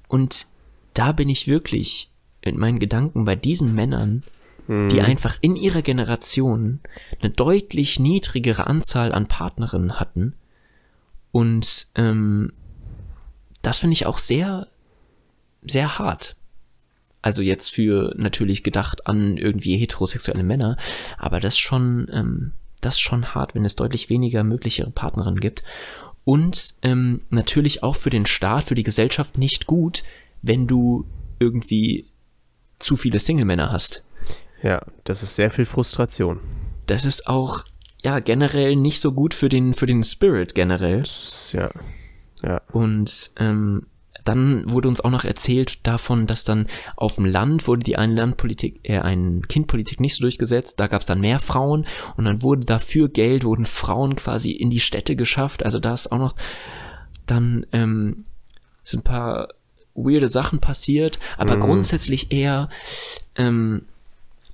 [SPEAKER 2] Und da bin ich wirklich in meinen Gedanken bei diesen Männern, die einfach in ihrer Generation eine deutlich niedrigere Anzahl an Partnerinnen hatten. Und ähm, das finde ich auch sehr, sehr hart. Also jetzt für natürlich gedacht an irgendwie heterosexuelle Männer, aber das ist schon, ähm, das ist schon hart, wenn es deutlich weniger mögliche Partnerinnen gibt. und ähm, natürlich auch für den Staat, für die Gesellschaft nicht gut, wenn du irgendwie zu viele Single-Männer hast.
[SPEAKER 1] Ja, das ist sehr viel Frustration.
[SPEAKER 2] Das ist auch ja generell nicht so gut für den für den Spirit generell.
[SPEAKER 1] Das ist ja. Ja.
[SPEAKER 2] Und ähm, dann wurde uns auch noch erzählt davon, dass dann auf dem Land wurde die eine Landpolitik, äh, ein Kindpolitik nicht so durchgesetzt. Da gab es dann mehr Frauen und dann wurde dafür Geld, wurden Frauen quasi in die Städte geschafft. Also da ist auch noch dann ähm, sind ein paar weirde Sachen passiert, aber grundsätzlich eher ähm,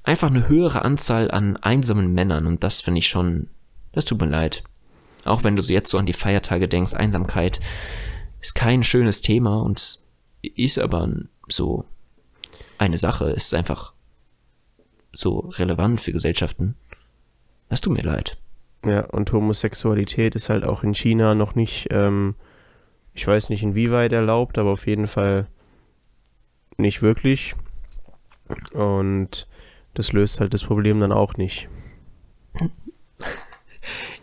[SPEAKER 2] einfach eine höhere Anzahl an einsamen Männern und das finde ich schon, das tut mir leid. Auch wenn du so jetzt so an die Feiertage denkst, Einsamkeit ist kein schönes Thema und ist aber so eine Sache, ist einfach so relevant für Gesellschaften. Das tut mir leid.
[SPEAKER 1] Ja, und Homosexualität ist halt auch in China noch nicht, ähm, ich weiß nicht inwieweit erlaubt, aber auf jeden Fall nicht wirklich. Und das löst halt das Problem dann auch nicht.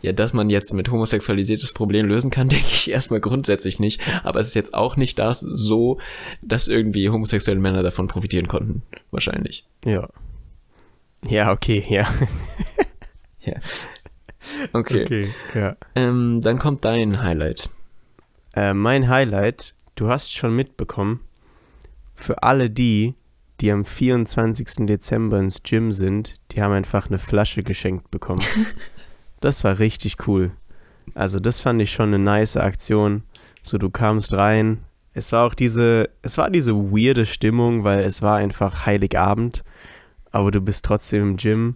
[SPEAKER 2] Ja, dass man jetzt mit Homosexualität das Problem lösen kann, denke ich erstmal grundsätzlich nicht. Aber es ist jetzt auch nicht das so, dass irgendwie homosexuelle Männer davon profitieren konnten. Wahrscheinlich.
[SPEAKER 1] Ja. Ja, okay, ja.
[SPEAKER 2] Ja. Okay.
[SPEAKER 1] ja.
[SPEAKER 2] Ähm, dann kommt dein Highlight.
[SPEAKER 1] Äh, mein Highlight, du hast schon mitbekommen, für alle die, die am 24. Dezember ins Gym sind, die haben einfach eine Flasche geschenkt bekommen. das war richtig cool. Also das fand ich schon eine nice Aktion. So du kamst rein. Es war auch diese, es war diese weirde Stimmung, weil es war einfach Heiligabend, aber du bist trotzdem im Gym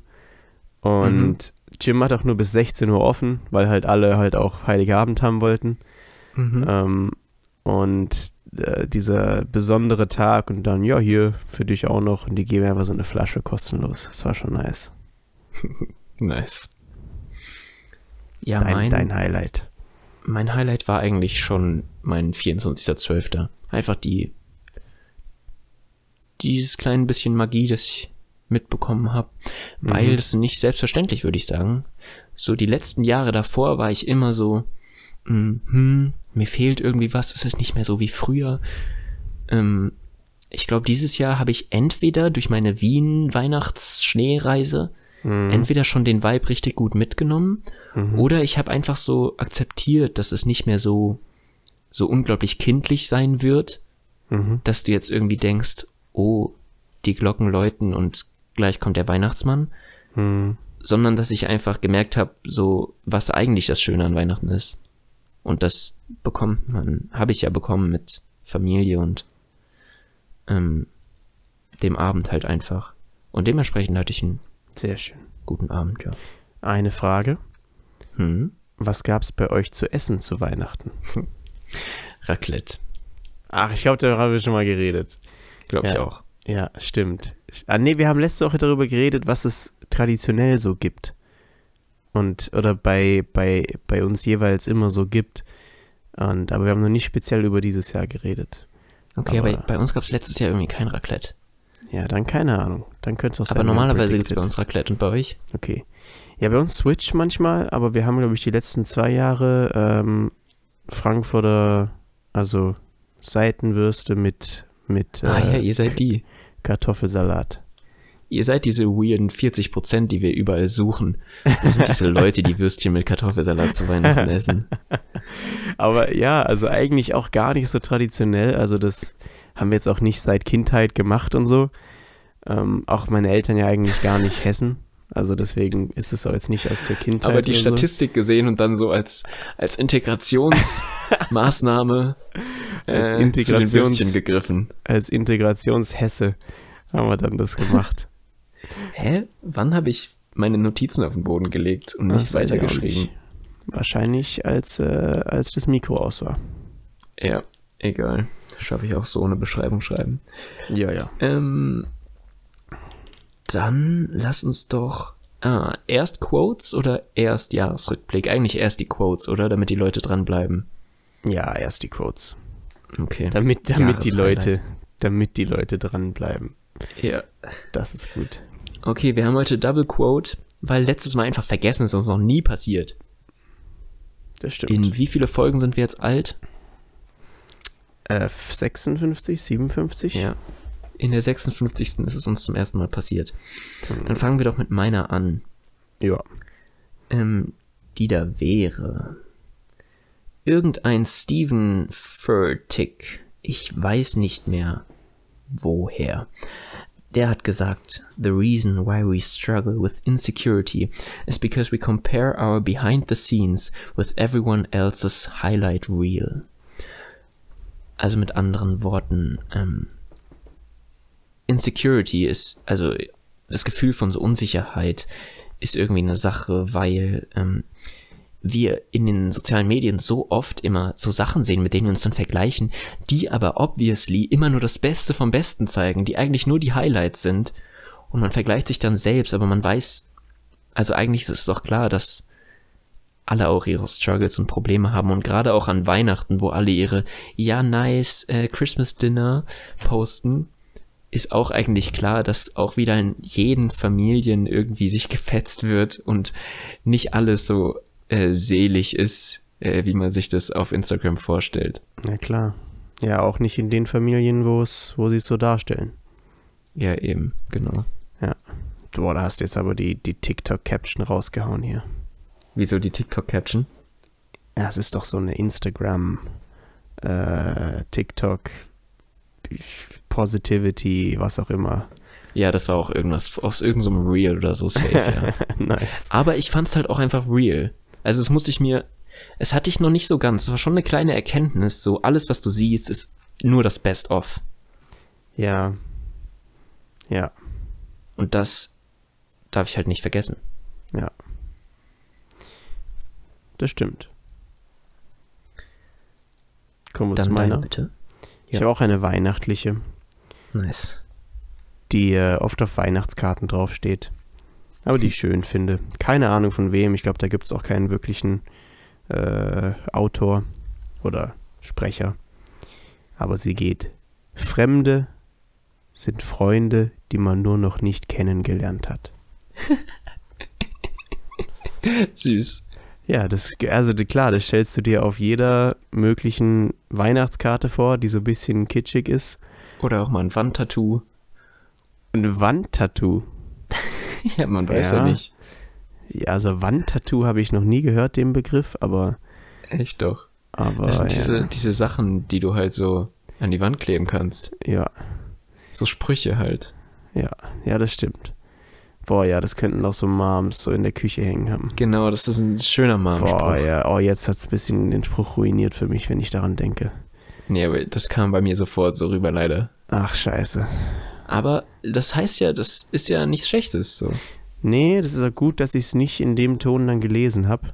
[SPEAKER 1] und Gym hat auch nur bis 16 Uhr offen, weil halt alle halt auch Heiligabend haben wollten.
[SPEAKER 2] Mhm.
[SPEAKER 1] Ähm, und äh, dieser besondere Tag und dann, ja, hier für dich auch noch. Und die geben einfach so eine Flasche kostenlos. Das war schon nice.
[SPEAKER 2] Nice. Ja,
[SPEAKER 1] Dein,
[SPEAKER 2] mein,
[SPEAKER 1] dein Highlight.
[SPEAKER 2] mein Highlight war eigentlich schon mein 24.12. Einfach die dieses kleine bisschen Magie, das ich mitbekommen habe, weil es nicht selbstverständlich, würde ich sagen. So die letzten Jahre davor war ich immer so, mm, hm, mir fehlt irgendwie was, es ist nicht mehr so wie früher. Ähm, ich glaube, dieses Jahr habe ich entweder durch meine Wien-Weihnachts-Schneereise entweder schon den Vibe richtig gut mitgenommen oder ich habe einfach so akzeptiert, dass es nicht mehr so, so unglaublich kindlich sein wird,
[SPEAKER 1] Mhm.
[SPEAKER 2] dass du jetzt irgendwie denkst, oh, die Glocken läuten und gleich kommt der Weihnachtsmann,
[SPEAKER 1] Mhm.
[SPEAKER 2] sondern dass ich einfach gemerkt habe, so, was eigentlich das Schöne an Weihnachten ist. Und das bekommt man, habe ich ja bekommen mit Familie und ähm, dem Abend halt einfach. Und dementsprechend hatte ich einen
[SPEAKER 1] Sehr schön.
[SPEAKER 2] guten Abend, ja.
[SPEAKER 1] Eine Frage.
[SPEAKER 2] Hm?
[SPEAKER 1] Was gab's bei euch zu essen zu Weihnachten?
[SPEAKER 2] Raclette,
[SPEAKER 1] Ach, ich glaube, darüber haben wir schon mal geredet.
[SPEAKER 2] glaube ich
[SPEAKER 1] Ja.
[SPEAKER 2] auch.
[SPEAKER 1] Ja, stimmt. Ah, nee, wir haben letzte Woche darüber geredet, was es traditionell so gibt. Und, oder bei, bei, bei uns jeweils immer so gibt. Und, aber wir haben noch nicht speziell über dieses Jahr geredet.
[SPEAKER 2] Okay, aber,
[SPEAKER 1] Aber-
[SPEAKER 2] bei uns gab es letztes Jahr irgendwie kein Raclette.
[SPEAKER 1] Ja, dann keine Ahnung. Dann könnte es auch
[SPEAKER 2] Aber
[SPEAKER 1] sein, wir haben
[SPEAKER 2] normalerweise gibt es bei uns
[SPEAKER 1] predicted.
[SPEAKER 2] Raclette und bei euch?
[SPEAKER 1] Okay. Ja, bei uns Switch manchmal, aber wir haben, glaube ich, die letzten zwei Jahre ähm, Frankfurter, also Seitenwürste mit, mit äh,
[SPEAKER 2] ah ja, ihr seid die.
[SPEAKER 1] Kartoffelsalat.
[SPEAKER 2] Ihr seid diese weirden 40 Prozent, die wir überall suchen. Das sind diese Leute, die Würstchen mit Kartoffelsalat zu Weihnachten essen.
[SPEAKER 1] Aber ja, also eigentlich auch gar nicht so traditionell. Also das haben wir jetzt auch nicht seit Kindheit gemacht und so. Ähm, auch meine Eltern ja eigentlich gar nicht Hessen. Also deswegen ist es auch jetzt nicht aus der Kindheit.
[SPEAKER 2] Aber die
[SPEAKER 1] oder
[SPEAKER 2] Statistik gesehen und dann so als, als Integrationsmaßnahme äh,
[SPEAKER 1] Als
[SPEAKER 2] zu den
[SPEAKER 1] Integrations-
[SPEAKER 2] Würstchen gegriffen.
[SPEAKER 1] So. Als Integrationshesse haben wir dann das gemacht.
[SPEAKER 2] Hä? Wann habe ich meine Notizen auf den Boden gelegt und
[SPEAKER 1] Das
[SPEAKER 2] nicht
[SPEAKER 1] weiß ich ne? auch
[SPEAKER 2] weitergeschrieben?
[SPEAKER 1] nicht. Wahrscheinlich als, äh, als das Mikro aus war.
[SPEAKER 2] Ja, egal. Schaffe ich auch so eine Beschreibung schreiben.
[SPEAKER 1] Ja, ja.
[SPEAKER 2] Ähm, dann lass uns doch. Ah, erst Quotes oder erst Jahresrückblick? Eigentlich erst die Quotes, oder? Damit die Leute dranbleiben.
[SPEAKER 1] Ja, erst die Quotes.
[SPEAKER 2] Okay.
[SPEAKER 1] Damit, damit die
[SPEAKER 2] Jahreshighlight.
[SPEAKER 1] Leute, damit die Leute dranbleiben.
[SPEAKER 2] Ja.
[SPEAKER 1] Das ist gut.
[SPEAKER 2] Okay, wir haben heute Double Quote, weil letztes Mal einfach vergessen ist uns noch nie passiert.
[SPEAKER 1] das stimmt.
[SPEAKER 2] In wie viele Folgen sind wir jetzt alt?
[SPEAKER 1] äh, 56, 57?
[SPEAKER 2] Ja. In der 56. ist es uns zum ersten Mal passiert. Dann fangen wir doch mit meiner an.
[SPEAKER 1] Ja.
[SPEAKER 2] ähm, die da wäre. Irgendein Stephen Furtick, ich weiß nicht mehr woher, der hat gesagt, The reason why we struggle with insecurity is because we compare our behind the scenes with everyone else's highlight reel. Also mit anderen Worten, ähm, Insecurity ist, also das Gefühl von so Unsicherheit ist irgendwie eine Sache, weil ähm, wir in den sozialen Medien so oft immer so Sachen sehen, mit denen wir uns dann vergleichen, die aber obviously immer nur das Beste vom Besten zeigen, die eigentlich nur die Highlights sind. Und man vergleicht sich dann selbst, aber man weiß, also eigentlich ist es doch klar, dass alle auch ihre Struggles und Probleme haben und gerade auch an Weihnachten, wo alle ihre ja nice äh, Christmas Dinner posten, ist auch eigentlich klar, dass auch wieder in jeden Familien irgendwie sich gefetzt wird und nicht alles so äh, selig ist, äh, wie man sich das auf Instagram vorstellt.
[SPEAKER 1] Na klar. Ja, auch nicht in den Familien, wo es, wo sie es so darstellen.
[SPEAKER 2] Ja, eben, genau.
[SPEAKER 1] Boah, da hast du jetzt aber die, die TikTok-Caption rausgehauen hier.
[SPEAKER 2] Wieso die TikTok-Caption?
[SPEAKER 1] Ja, es ist doch so eine Instagram, äh, TikTok, Positivity, was auch immer.
[SPEAKER 2] Ja, das war auch irgendwas aus irgendeinem Real oder so safe, ja.
[SPEAKER 1] nice.
[SPEAKER 2] Aber ich fand's halt auch einfach real. Also es musste ich mir, es hatte ich noch nicht so ganz. Es war schon eine kleine Erkenntnis, so alles, was du siehst, ist nur das Best-of.
[SPEAKER 1] Ja. Ja.
[SPEAKER 2] Und das darf ich halt nicht vergessen.
[SPEAKER 1] Ja. Das stimmt. Kommen wir zu
[SPEAKER 2] Dann
[SPEAKER 1] meiner.
[SPEAKER 2] deine bitte.
[SPEAKER 1] Ich habe auch eine weihnachtliche,
[SPEAKER 2] Nice.
[SPEAKER 1] die äh, oft auf Weihnachtskarten draufsteht. Aber die ich schön finde. Keine Ahnung von wem. Ich glaube, da gibt es auch keinen wirklichen äh, Autor oder Sprecher. Aber sie geht. Fremde sind Freunde, die man nur noch nicht kennengelernt hat.
[SPEAKER 2] Süß.
[SPEAKER 1] Ja, das, also die- klar, das stellst du dir auf jeder möglichen Weihnachtskarte vor, die so ein bisschen kitschig ist.
[SPEAKER 2] Oder auch mal ein Wandtattoo.
[SPEAKER 1] Ein Wandtattoo.
[SPEAKER 2] Ja, man weiß ja,
[SPEAKER 1] Ja.
[SPEAKER 2] nicht.
[SPEAKER 1] Ja, also Wandtattoo habe ich noch nie gehört, den Begriff, aber.
[SPEAKER 2] Echt doch.
[SPEAKER 1] aber
[SPEAKER 2] Das sind
[SPEAKER 1] ja,
[SPEAKER 2] diese, diese Sachen, die du halt so an die Wand kleben kannst.
[SPEAKER 1] ja,
[SPEAKER 2] So Sprüche halt.
[SPEAKER 1] ja, das stimmt. Boah, ja, das könnten auch so Moms so in der Küche hängen haben.
[SPEAKER 2] Genau, das ist ein schöner
[SPEAKER 1] Boah,
[SPEAKER 2] Marmspruch.
[SPEAKER 1] ja, oh, jetzt hat es ein bisschen den Spruch ruiniert für mich, wenn ich daran denke.
[SPEAKER 2] Nee, aber das kam bei mir sofort so rüber, leider.
[SPEAKER 1] Ach, scheiße.
[SPEAKER 2] Aber das heißt ja, das ist ja nichts Schlechtes. So.
[SPEAKER 1] Nee, das ist auch gut, dass ich es nicht in dem Ton dann gelesen habe.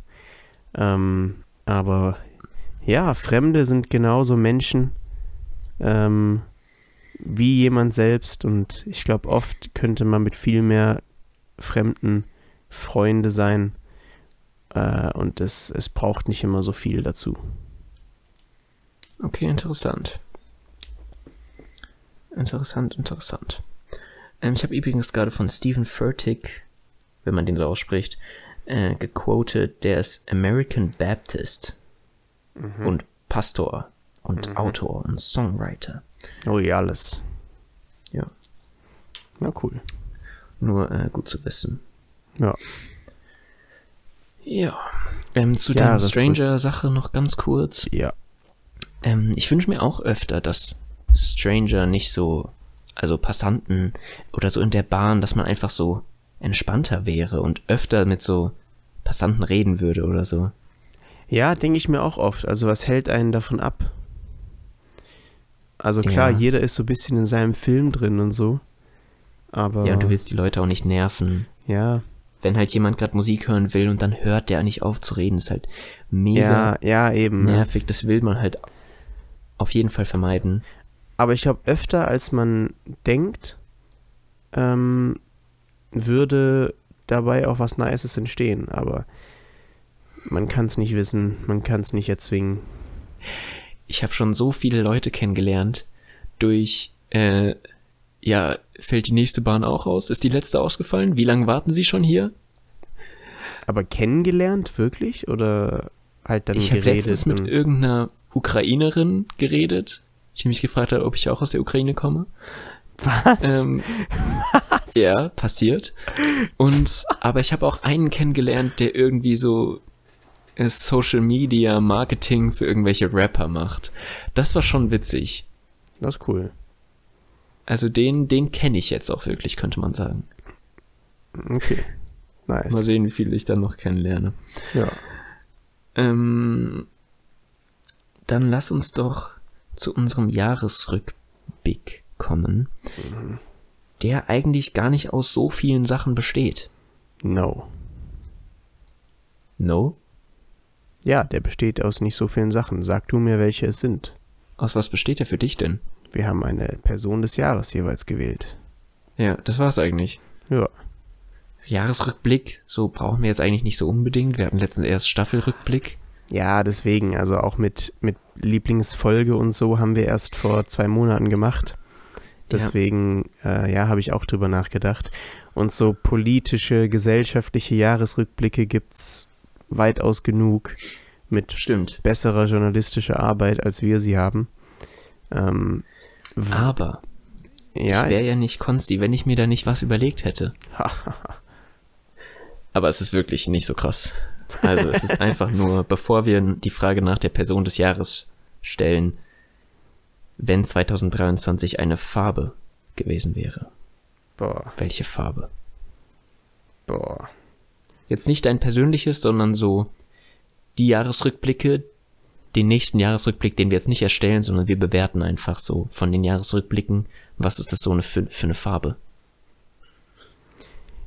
[SPEAKER 1] Ähm, aber ja, Fremde sind genauso Menschen ähm, wie jemand selbst. Und ich glaube, oft könnte man mit viel mehr Fremden Freunde sein. Äh, und es, es braucht nicht immer so viel dazu.
[SPEAKER 2] Okay, interessant. Interessant, interessant. Ähm, ich habe übrigens gerade von Stephen Furtick, wenn man den so ausspricht, äh, gequotet, der ist American Baptist und Pastor und Autor und Songwriter.
[SPEAKER 1] Oh ja, alles.
[SPEAKER 2] Ja,
[SPEAKER 1] Na cool.
[SPEAKER 2] nur äh, gut zu wissen.
[SPEAKER 1] Ja.
[SPEAKER 2] Ja. Ähm, zu
[SPEAKER 1] Ja,
[SPEAKER 2] der
[SPEAKER 1] das-
[SPEAKER 2] Stranger-Sache noch ganz kurz.
[SPEAKER 1] Ja.
[SPEAKER 2] Ähm, ich wünsche mir auch öfter, dass Stranger nicht so, also Passanten oder so in der Bahn, dass man einfach so entspannter wäre und öfter mit so Passanten reden würde oder so.
[SPEAKER 1] Ja, denke ich mir auch oft. Also was hält einen davon ab? Also klar,
[SPEAKER 2] Ja.
[SPEAKER 1] jeder ist so ein bisschen in seinem Film drin und so. Aber
[SPEAKER 2] Ja,
[SPEAKER 1] ja,
[SPEAKER 2] und du willst die Leute auch nicht nerven.
[SPEAKER 1] ja,
[SPEAKER 2] Wenn halt jemand gerade Musik hören will und dann hört der nicht auf zu reden, ist halt mega
[SPEAKER 1] ja, eben. ne?
[SPEAKER 2] nervig. Das will man halt auf jeden Fall vermeiden.
[SPEAKER 1] Aber ich glaube, öfter als man denkt, ähm, würde dabei auch was Nices entstehen. Aber man kann es nicht wissen, man kann es nicht erzwingen.
[SPEAKER 2] ich habe schon so viele Leute kennengelernt durch, äh, ja, fällt die nächste Bahn auch aus? Ist die letzte ausgefallen? Wie lange warten Sie schon hier?
[SPEAKER 1] Aber kennengelernt, wirklich? Oder halt dann
[SPEAKER 2] ich habe
[SPEAKER 1] geredet.
[SPEAKER 2] letztens mit
[SPEAKER 1] und-
[SPEAKER 2] irgendeiner Ukrainerin geredet, die mich gefragt hat, ob ich auch aus der Ukraine komme.
[SPEAKER 1] was?
[SPEAKER 2] Ähm, Ja, passiert. Und aber ich habe auch einen kennengelernt, der irgendwie so äh, Social Media Marketing für irgendwelche Rapper macht. Das war schon witzig.
[SPEAKER 1] das ist cool.
[SPEAKER 2] Also den, den kenne ich jetzt auch wirklich, könnte man sagen.
[SPEAKER 1] Okay. Nice.
[SPEAKER 2] Mal sehen, wie viele ich dann noch kennenlerne.
[SPEAKER 1] ja.
[SPEAKER 2] Ähm, dann lass uns doch zu unserem Jahresrückblick kommen, der eigentlich gar nicht aus so vielen Sachen besteht.
[SPEAKER 1] No.
[SPEAKER 2] No?
[SPEAKER 1] Ja, der besteht aus nicht so vielen Sachen. Sag du mir, welche es sind.
[SPEAKER 2] Aus was besteht er für dich denn?
[SPEAKER 1] Wir haben eine Person des Jahres jeweils gewählt.
[SPEAKER 2] Ja, das war's eigentlich.
[SPEAKER 1] Ja.
[SPEAKER 2] Jahresrückblick, so brauchen wir jetzt eigentlich nicht so unbedingt. Wir hatten letztens erst Staffelrückblick.
[SPEAKER 1] Ja, deswegen, also auch mit, mit Lieblingsfolge und so haben wir erst vor zwei Monaten gemacht. Deswegen, äh, ja, habe ich auch drüber nachgedacht. Und so politische, gesellschaftliche Jahresrückblicke gibt's weitaus genug mit
[SPEAKER 2] Stimmt.
[SPEAKER 1] besserer journalistischer Arbeit, als wir sie haben. Ähm, w-
[SPEAKER 2] Aber
[SPEAKER 1] ja,
[SPEAKER 2] ich wäre ja nicht Konsti, wenn ich mir da nicht was überlegt hätte. Aber es ist wirklich nicht so krass. Also es ist einfach nur, bevor wir die Frage nach der Person des Jahres stellen, wenn 2023 eine Farbe gewesen wäre.
[SPEAKER 1] boah,
[SPEAKER 2] Welche Farbe?
[SPEAKER 1] boah.
[SPEAKER 2] Jetzt nicht dein persönliches, sondern so die Jahresrückblicke, den nächsten Jahresrückblick, den wir jetzt nicht erstellen, sondern wir bewerten einfach so von den Jahresrückblicken, was ist das so eine für, für eine Farbe?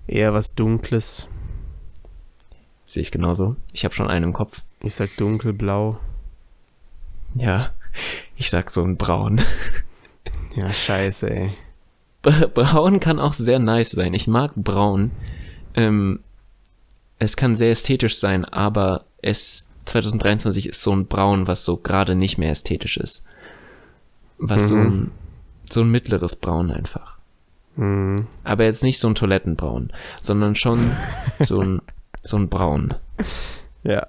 [SPEAKER 1] Eher was Dunkles.
[SPEAKER 2] Sehe ich genauso. Ich habe schon einen im Kopf.
[SPEAKER 1] Ich sag dunkelblau.
[SPEAKER 2] Ja, ich sag so ein Braun.
[SPEAKER 1] Ja, scheiße, ey.
[SPEAKER 2] Bra- Braun kann auch sehr nice sein. Ich mag Braun. Ähm, es kann sehr ästhetisch sein, aber es 2023 ist so ein Braun, was so gerade nicht mehr ästhetisch ist. Was so, ein, so ein mittleres Braun einfach.
[SPEAKER 1] Hm.
[SPEAKER 2] Aber jetzt nicht so ein Toilettenbraun, sondern schon so ein, so ein Braun.
[SPEAKER 1] Ja.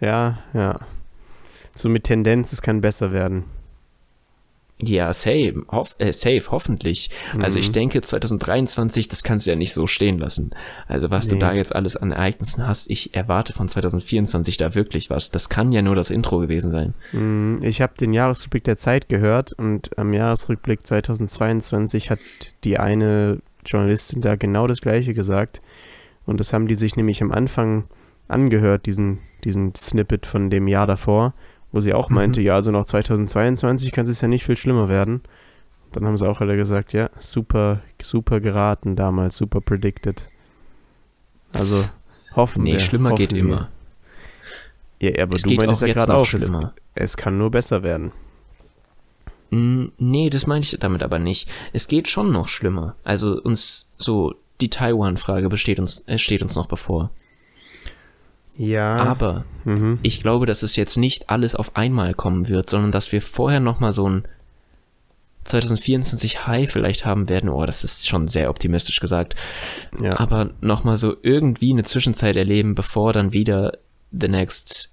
[SPEAKER 1] Ja, ja. So mit Tendenz, es kann besser werden.
[SPEAKER 2] Ja, safe, hoff, äh, safe hoffentlich. Also
[SPEAKER 1] Mhm.
[SPEAKER 2] ich denke 2023, das kannst du ja nicht so stehen lassen. Also was du
[SPEAKER 1] Nee.
[SPEAKER 2] da jetzt alles an Ereignissen hast, ich erwarte von 2024 da wirklich was. Das kann ja nur das Intro gewesen sein.
[SPEAKER 1] Hm, Ich habe den Jahresrückblick der Zeit gehört und am Jahresrückblick 2022 hat die eine Journalistin da genau das Gleiche gesagt. Und das haben die sich nämlich am Anfang angehört, diesen, diesen Snippet von dem Jahr davor, wo sie
[SPEAKER 2] Mhm.
[SPEAKER 1] auch meinte, ja, also noch 2022 kann es ja nicht viel schlimmer werden. Dann haben sie auch alle gesagt, ja, super, super geraten damals, super predicted. Also hoffen
[SPEAKER 2] Nee,
[SPEAKER 1] wir.
[SPEAKER 2] schlimmer
[SPEAKER 1] hoffen
[SPEAKER 2] geht
[SPEAKER 1] wir.
[SPEAKER 2] immer.
[SPEAKER 1] Ja, aber
[SPEAKER 2] es
[SPEAKER 1] du
[SPEAKER 2] geht
[SPEAKER 1] meinst
[SPEAKER 2] auch
[SPEAKER 1] ja
[SPEAKER 2] jetzt
[SPEAKER 1] gerade
[SPEAKER 2] noch
[SPEAKER 1] auch, es,
[SPEAKER 2] schlimmer.
[SPEAKER 1] es kann nur besser werden.
[SPEAKER 2] Mm, Nee, das meine ich damit aber nicht. Es geht schon noch schlimmer. Also uns so die Taiwan-Frage besteht uns, äh, steht uns noch bevor.
[SPEAKER 1] Ja.
[SPEAKER 2] Aber
[SPEAKER 1] Mhm.
[SPEAKER 2] ich glaube, dass es jetzt nicht alles auf einmal kommen wird, sondern dass wir vorher nochmal so ein 2024 High vielleicht haben werden. Oh, das ist schon sehr optimistisch gesagt.
[SPEAKER 1] Ja.
[SPEAKER 2] Aber nochmal so irgendwie eine Zwischenzeit erleben, bevor dann wieder the next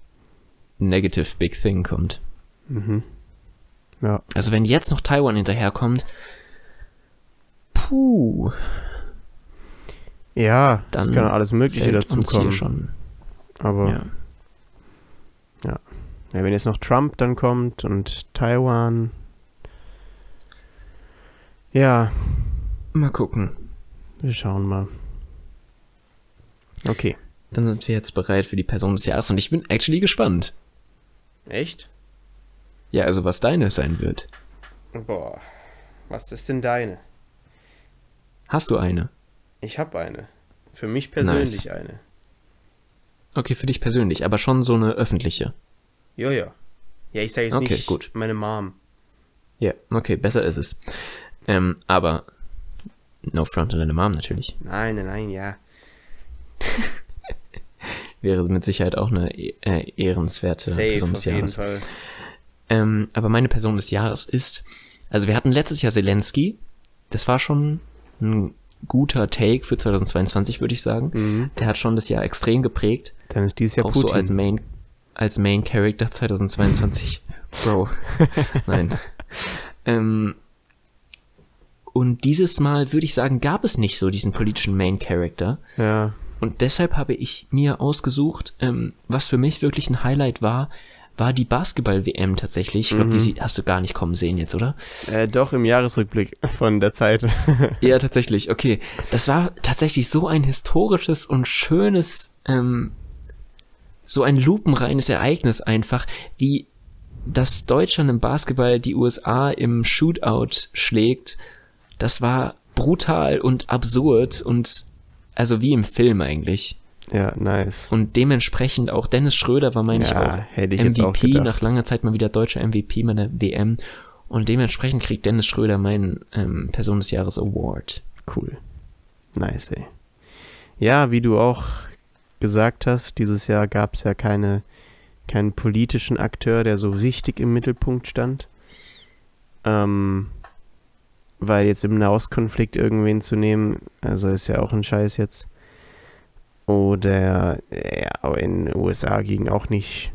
[SPEAKER 2] negative big thing kommt.
[SPEAKER 1] mhm. ja.
[SPEAKER 2] Also wenn jetzt noch Taiwan hinterherkommt, puh,
[SPEAKER 1] Ja,
[SPEAKER 2] dann
[SPEAKER 1] es kann alles Mögliche
[SPEAKER 2] fällt uns hier
[SPEAKER 1] dazukommen.
[SPEAKER 2] schon.
[SPEAKER 1] Aber
[SPEAKER 2] Ja.
[SPEAKER 1] ja, wenn jetzt noch Trump dann kommt und Taiwan. Ja,
[SPEAKER 2] Mal gucken.
[SPEAKER 1] wir schauen mal. Okay.
[SPEAKER 2] Dann sind wir jetzt bereit für die Person des Jahres und ich bin actually gespannt.
[SPEAKER 1] Echt?
[SPEAKER 2] Ja, also was deine sein wird.
[SPEAKER 1] Boah. Was ist denn deine?
[SPEAKER 2] Hast du eine?
[SPEAKER 1] Ich habe eine. Für mich
[SPEAKER 2] persönlich
[SPEAKER 1] eine.
[SPEAKER 2] Okay, für dich persönlich, aber schon so eine öffentliche.
[SPEAKER 1] Jojo. Ja, ich sage jetzt
[SPEAKER 2] Okay, nicht gut.
[SPEAKER 1] meine Mom.
[SPEAKER 2] Ja, okay, besser ist es. Ähm, aber no front an deine Mom natürlich.
[SPEAKER 1] Nein, nein, nein, ja.
[SPEAKER 2] Wäre mit Sicherheit auch eine eh- äh, ehrenswerte Person des Jahres.
[SPEAKER 1] Fall.
[SPEAKER 2] Ähm, aber meine Person des Jahres ist, also wir hatten letztes Jahr Zelensky. Das war schon ein guter Take für 2022, würde ich sagen. Der hat schon das Jahr extrem geprägt.
[SPEAKER 1] Dann ist dies Jahr
[SPEAKER 2] auch
[SPEAKER 1] Putin.
[SPEAKER 2] so als Main als Main Character 2022. Bro. Nein. Ähm, und dieses Mal würde ich sagen, gab es nicht so diesen politischen Main Character.
[SPEAKER 1] Ja.
[SPEAKER 2] Und deshalb habe ich mir ausgesucht, ähm, was für mich wirklich ein Highlight war, war die Basketball-WM tatsächlich. Ich glaube, die sie- hast du gar nicht kommen sehen jetzt, oder?
[SPEAKER 1] Äh, doch im Jahresrückblick von der Zeit.
[SPEAKER 2] Ja, tatsächlich. Okay. Das war tatsächlich so ein historisches und schönes, ähm, so ein lupenreines Ereignis einfach, wie dass Deutschland im Basketball die USA im Shootout schlägt. Das war brutal und absurd und also wie im Film eigentlich.
[SPEAKER 1] ja, nice.
[SPEAKER 2] Und dementsprechend auch Dennis Schröder war, meine
[SPEAKER 1] Ja,
[SPEAKER 2] ich, auch
[SPEAKER 1] hätte ich
[SPEAKER 2] MVP,
[SPEAKER 1] jetzt auch gedacht.
[SPEAKER 2] nach langer Zeit mal wieder deutscher MVP bei der WM. Und dementsprechend kriegt Dennis Schröder meinen ähm, Person des Jahres Award.
[SPEAKER 1] Cool. Nice, ey. Ja, wie du auch gesagt hast, dieses Jahr gab es ja keine, keinen politischen Akteur, der so richtig im Mittelpunkt stand. Ähm, weil jetzt im Nahostkonflikt irgendwen zu nehmen, also ist ja auch ein Scheiß jetzt. Oder äh, ja, in den USA ging auch nicht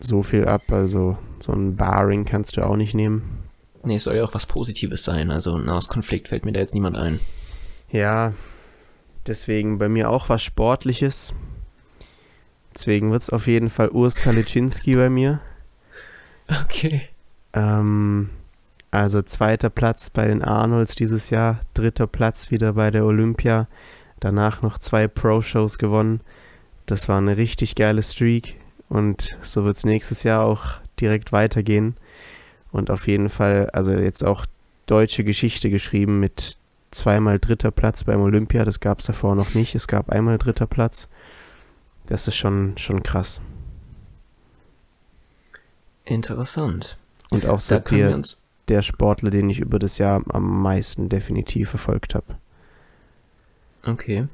[SPEAKER 1] so viel ab, also so ein Barring kannst du auch nicht nehmen.
[SPEAKER 2] Nee, es soll ja auch was Positives sein. Also aus Konflikt fällt mir da jetzt niemand ein.
[SPEAKER 1] Ja, deswegen bei mir auch was Sportliches. Deswegen wird es auf jeden Fall Urs Kaliczynski bei mir.
[SPEAKER 2] Okay.
[SPEAKER 1] Ähm, also zweiter Platz bei den Arnolds dieses Jahr, dritter Platz wieder bei der Olympia. Danach noch zwei Pro-Shows gewonnen. Das war eine richtig geile Streak und so wird es nächstes Jahr auch direkt weitergehen. Und auf jeden Fall, also jetzt auch deutsche Geschichte geschrieben mit zweimal dritter Platz beim Olympia. Das gab es davor noch nicht. Es gab einmal dritter Platz. Das ist schon, schon krass.
[SPEAKER 2] Interessant.
[SPEAKER 1] Und auch so
[SPEAKER 2] da können
[SPEAKER 1] dir,
[SPEAKER 2] wir uns.
[SPEAKER 1] der Sportler, den ich über das Jahr am meisten definitiv verfolgt habe.
[SPEAKER 2] Okay.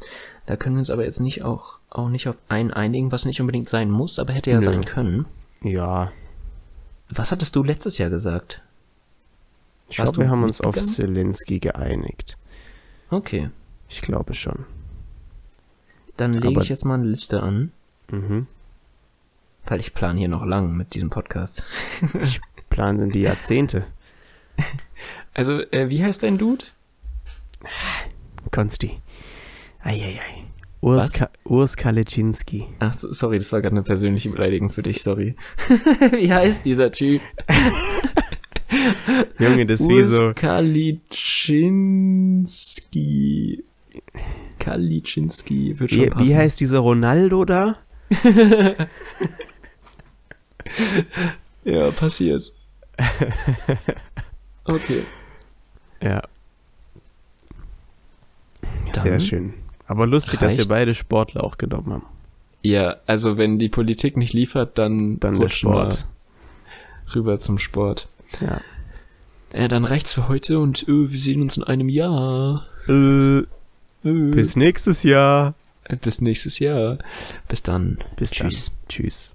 [SPEAKER 2] Da können wir uns aber jetzt nicht auch, auch nicht auf einen einigen, was nicht unbedingt sein muss, aber hätte ja
[SPEAKER 1] Nö.
[SPEAKER 2] sein können.
[SPEAKER 1] Ja,
[SPEAKER 2] Was hattest du letztes Jahr gesagt?
[SPEAKER 1] ich
[SPEAKER 2] Warst
[SPEAKER 1] glaube, wir
[SPEAKER 2] du
[SPEAKER 1] haben uns auf
[SPEAKER 2] mitgegangen?
[SPEAKER 1] Zelensky geeinigt.
[SPEAKER 2] Okay.
[SPEAKER 1] Ich glaube schon.
[SPEAKER 2] Dann lege
[SPEAKER 1] Aber-
[SPEAKER 2] ich jetzt mal eine Liste an,
[SPEAKER 1] Mhm.
[SPEAKER 2] weil ich plane hier noch lang mit diesem Podcast.
[SPEAKER 1] Plan sind die Jahrzehnte.
[SPEAKER 2] Also, äh, wie heißt dein Dude?
[SPEAKER 1] Konsti. Eieiei. Urs,
[SPEAKER 2] Was?
[SPEAKER 1] Ka Urs Kaliczynski.
[SPEAKER 2] Ach, so- sorry, das war gerade eine persönliche Beleidigung für dich, sorry. wie heißt dieser Typ?
[SPEAKER 1] Junge, das ist wie so.
[SPEAKER 2] Urs Kaliczynski. Kaliczynski wird schon
[SPEAKER 1] Wie,
[SPEAKER 2] passen.
[SPEAKER 1] wie heißt dieser Ronaldo da?
[SPEAKER 2] Ja, passiert. Okay.
[SPEAKER 1] Ja. Sehr
[SPEAKER 2] Dann
[SPEAKER 1] schön. Aber lustig, dass wir
[SPEAKER 2] reicht-
[SPEAKER 1] beide Sportler auch genommen haben.
[SPEAKER 2] Ja, also wenn die Politik nicht liefert, dann,
[SPEAKER 1] Dann der
[SPEAKER 2] rutschen wir
[SPEAKER 1] Sport.
[SPEAKER 2] rüber zum Sport.
[SPEAKER 1] Ja.
[SPEAKER 2] Äh, dann reicht's für heute und äh, wir sehen uns in einem Jahr.
[SPEAKER 1] Äh,
[SPEAKER 2] Äh,
[SPEAKER 1] bis nächstes Jahr.
[SPEAKER 2] äh, bis nächstes Jahr. Bis dann.
[SPEAKER 1] Bis
[SPEAKER 2] Tschüss.
[SPEAKER 1] dann. Tschüss.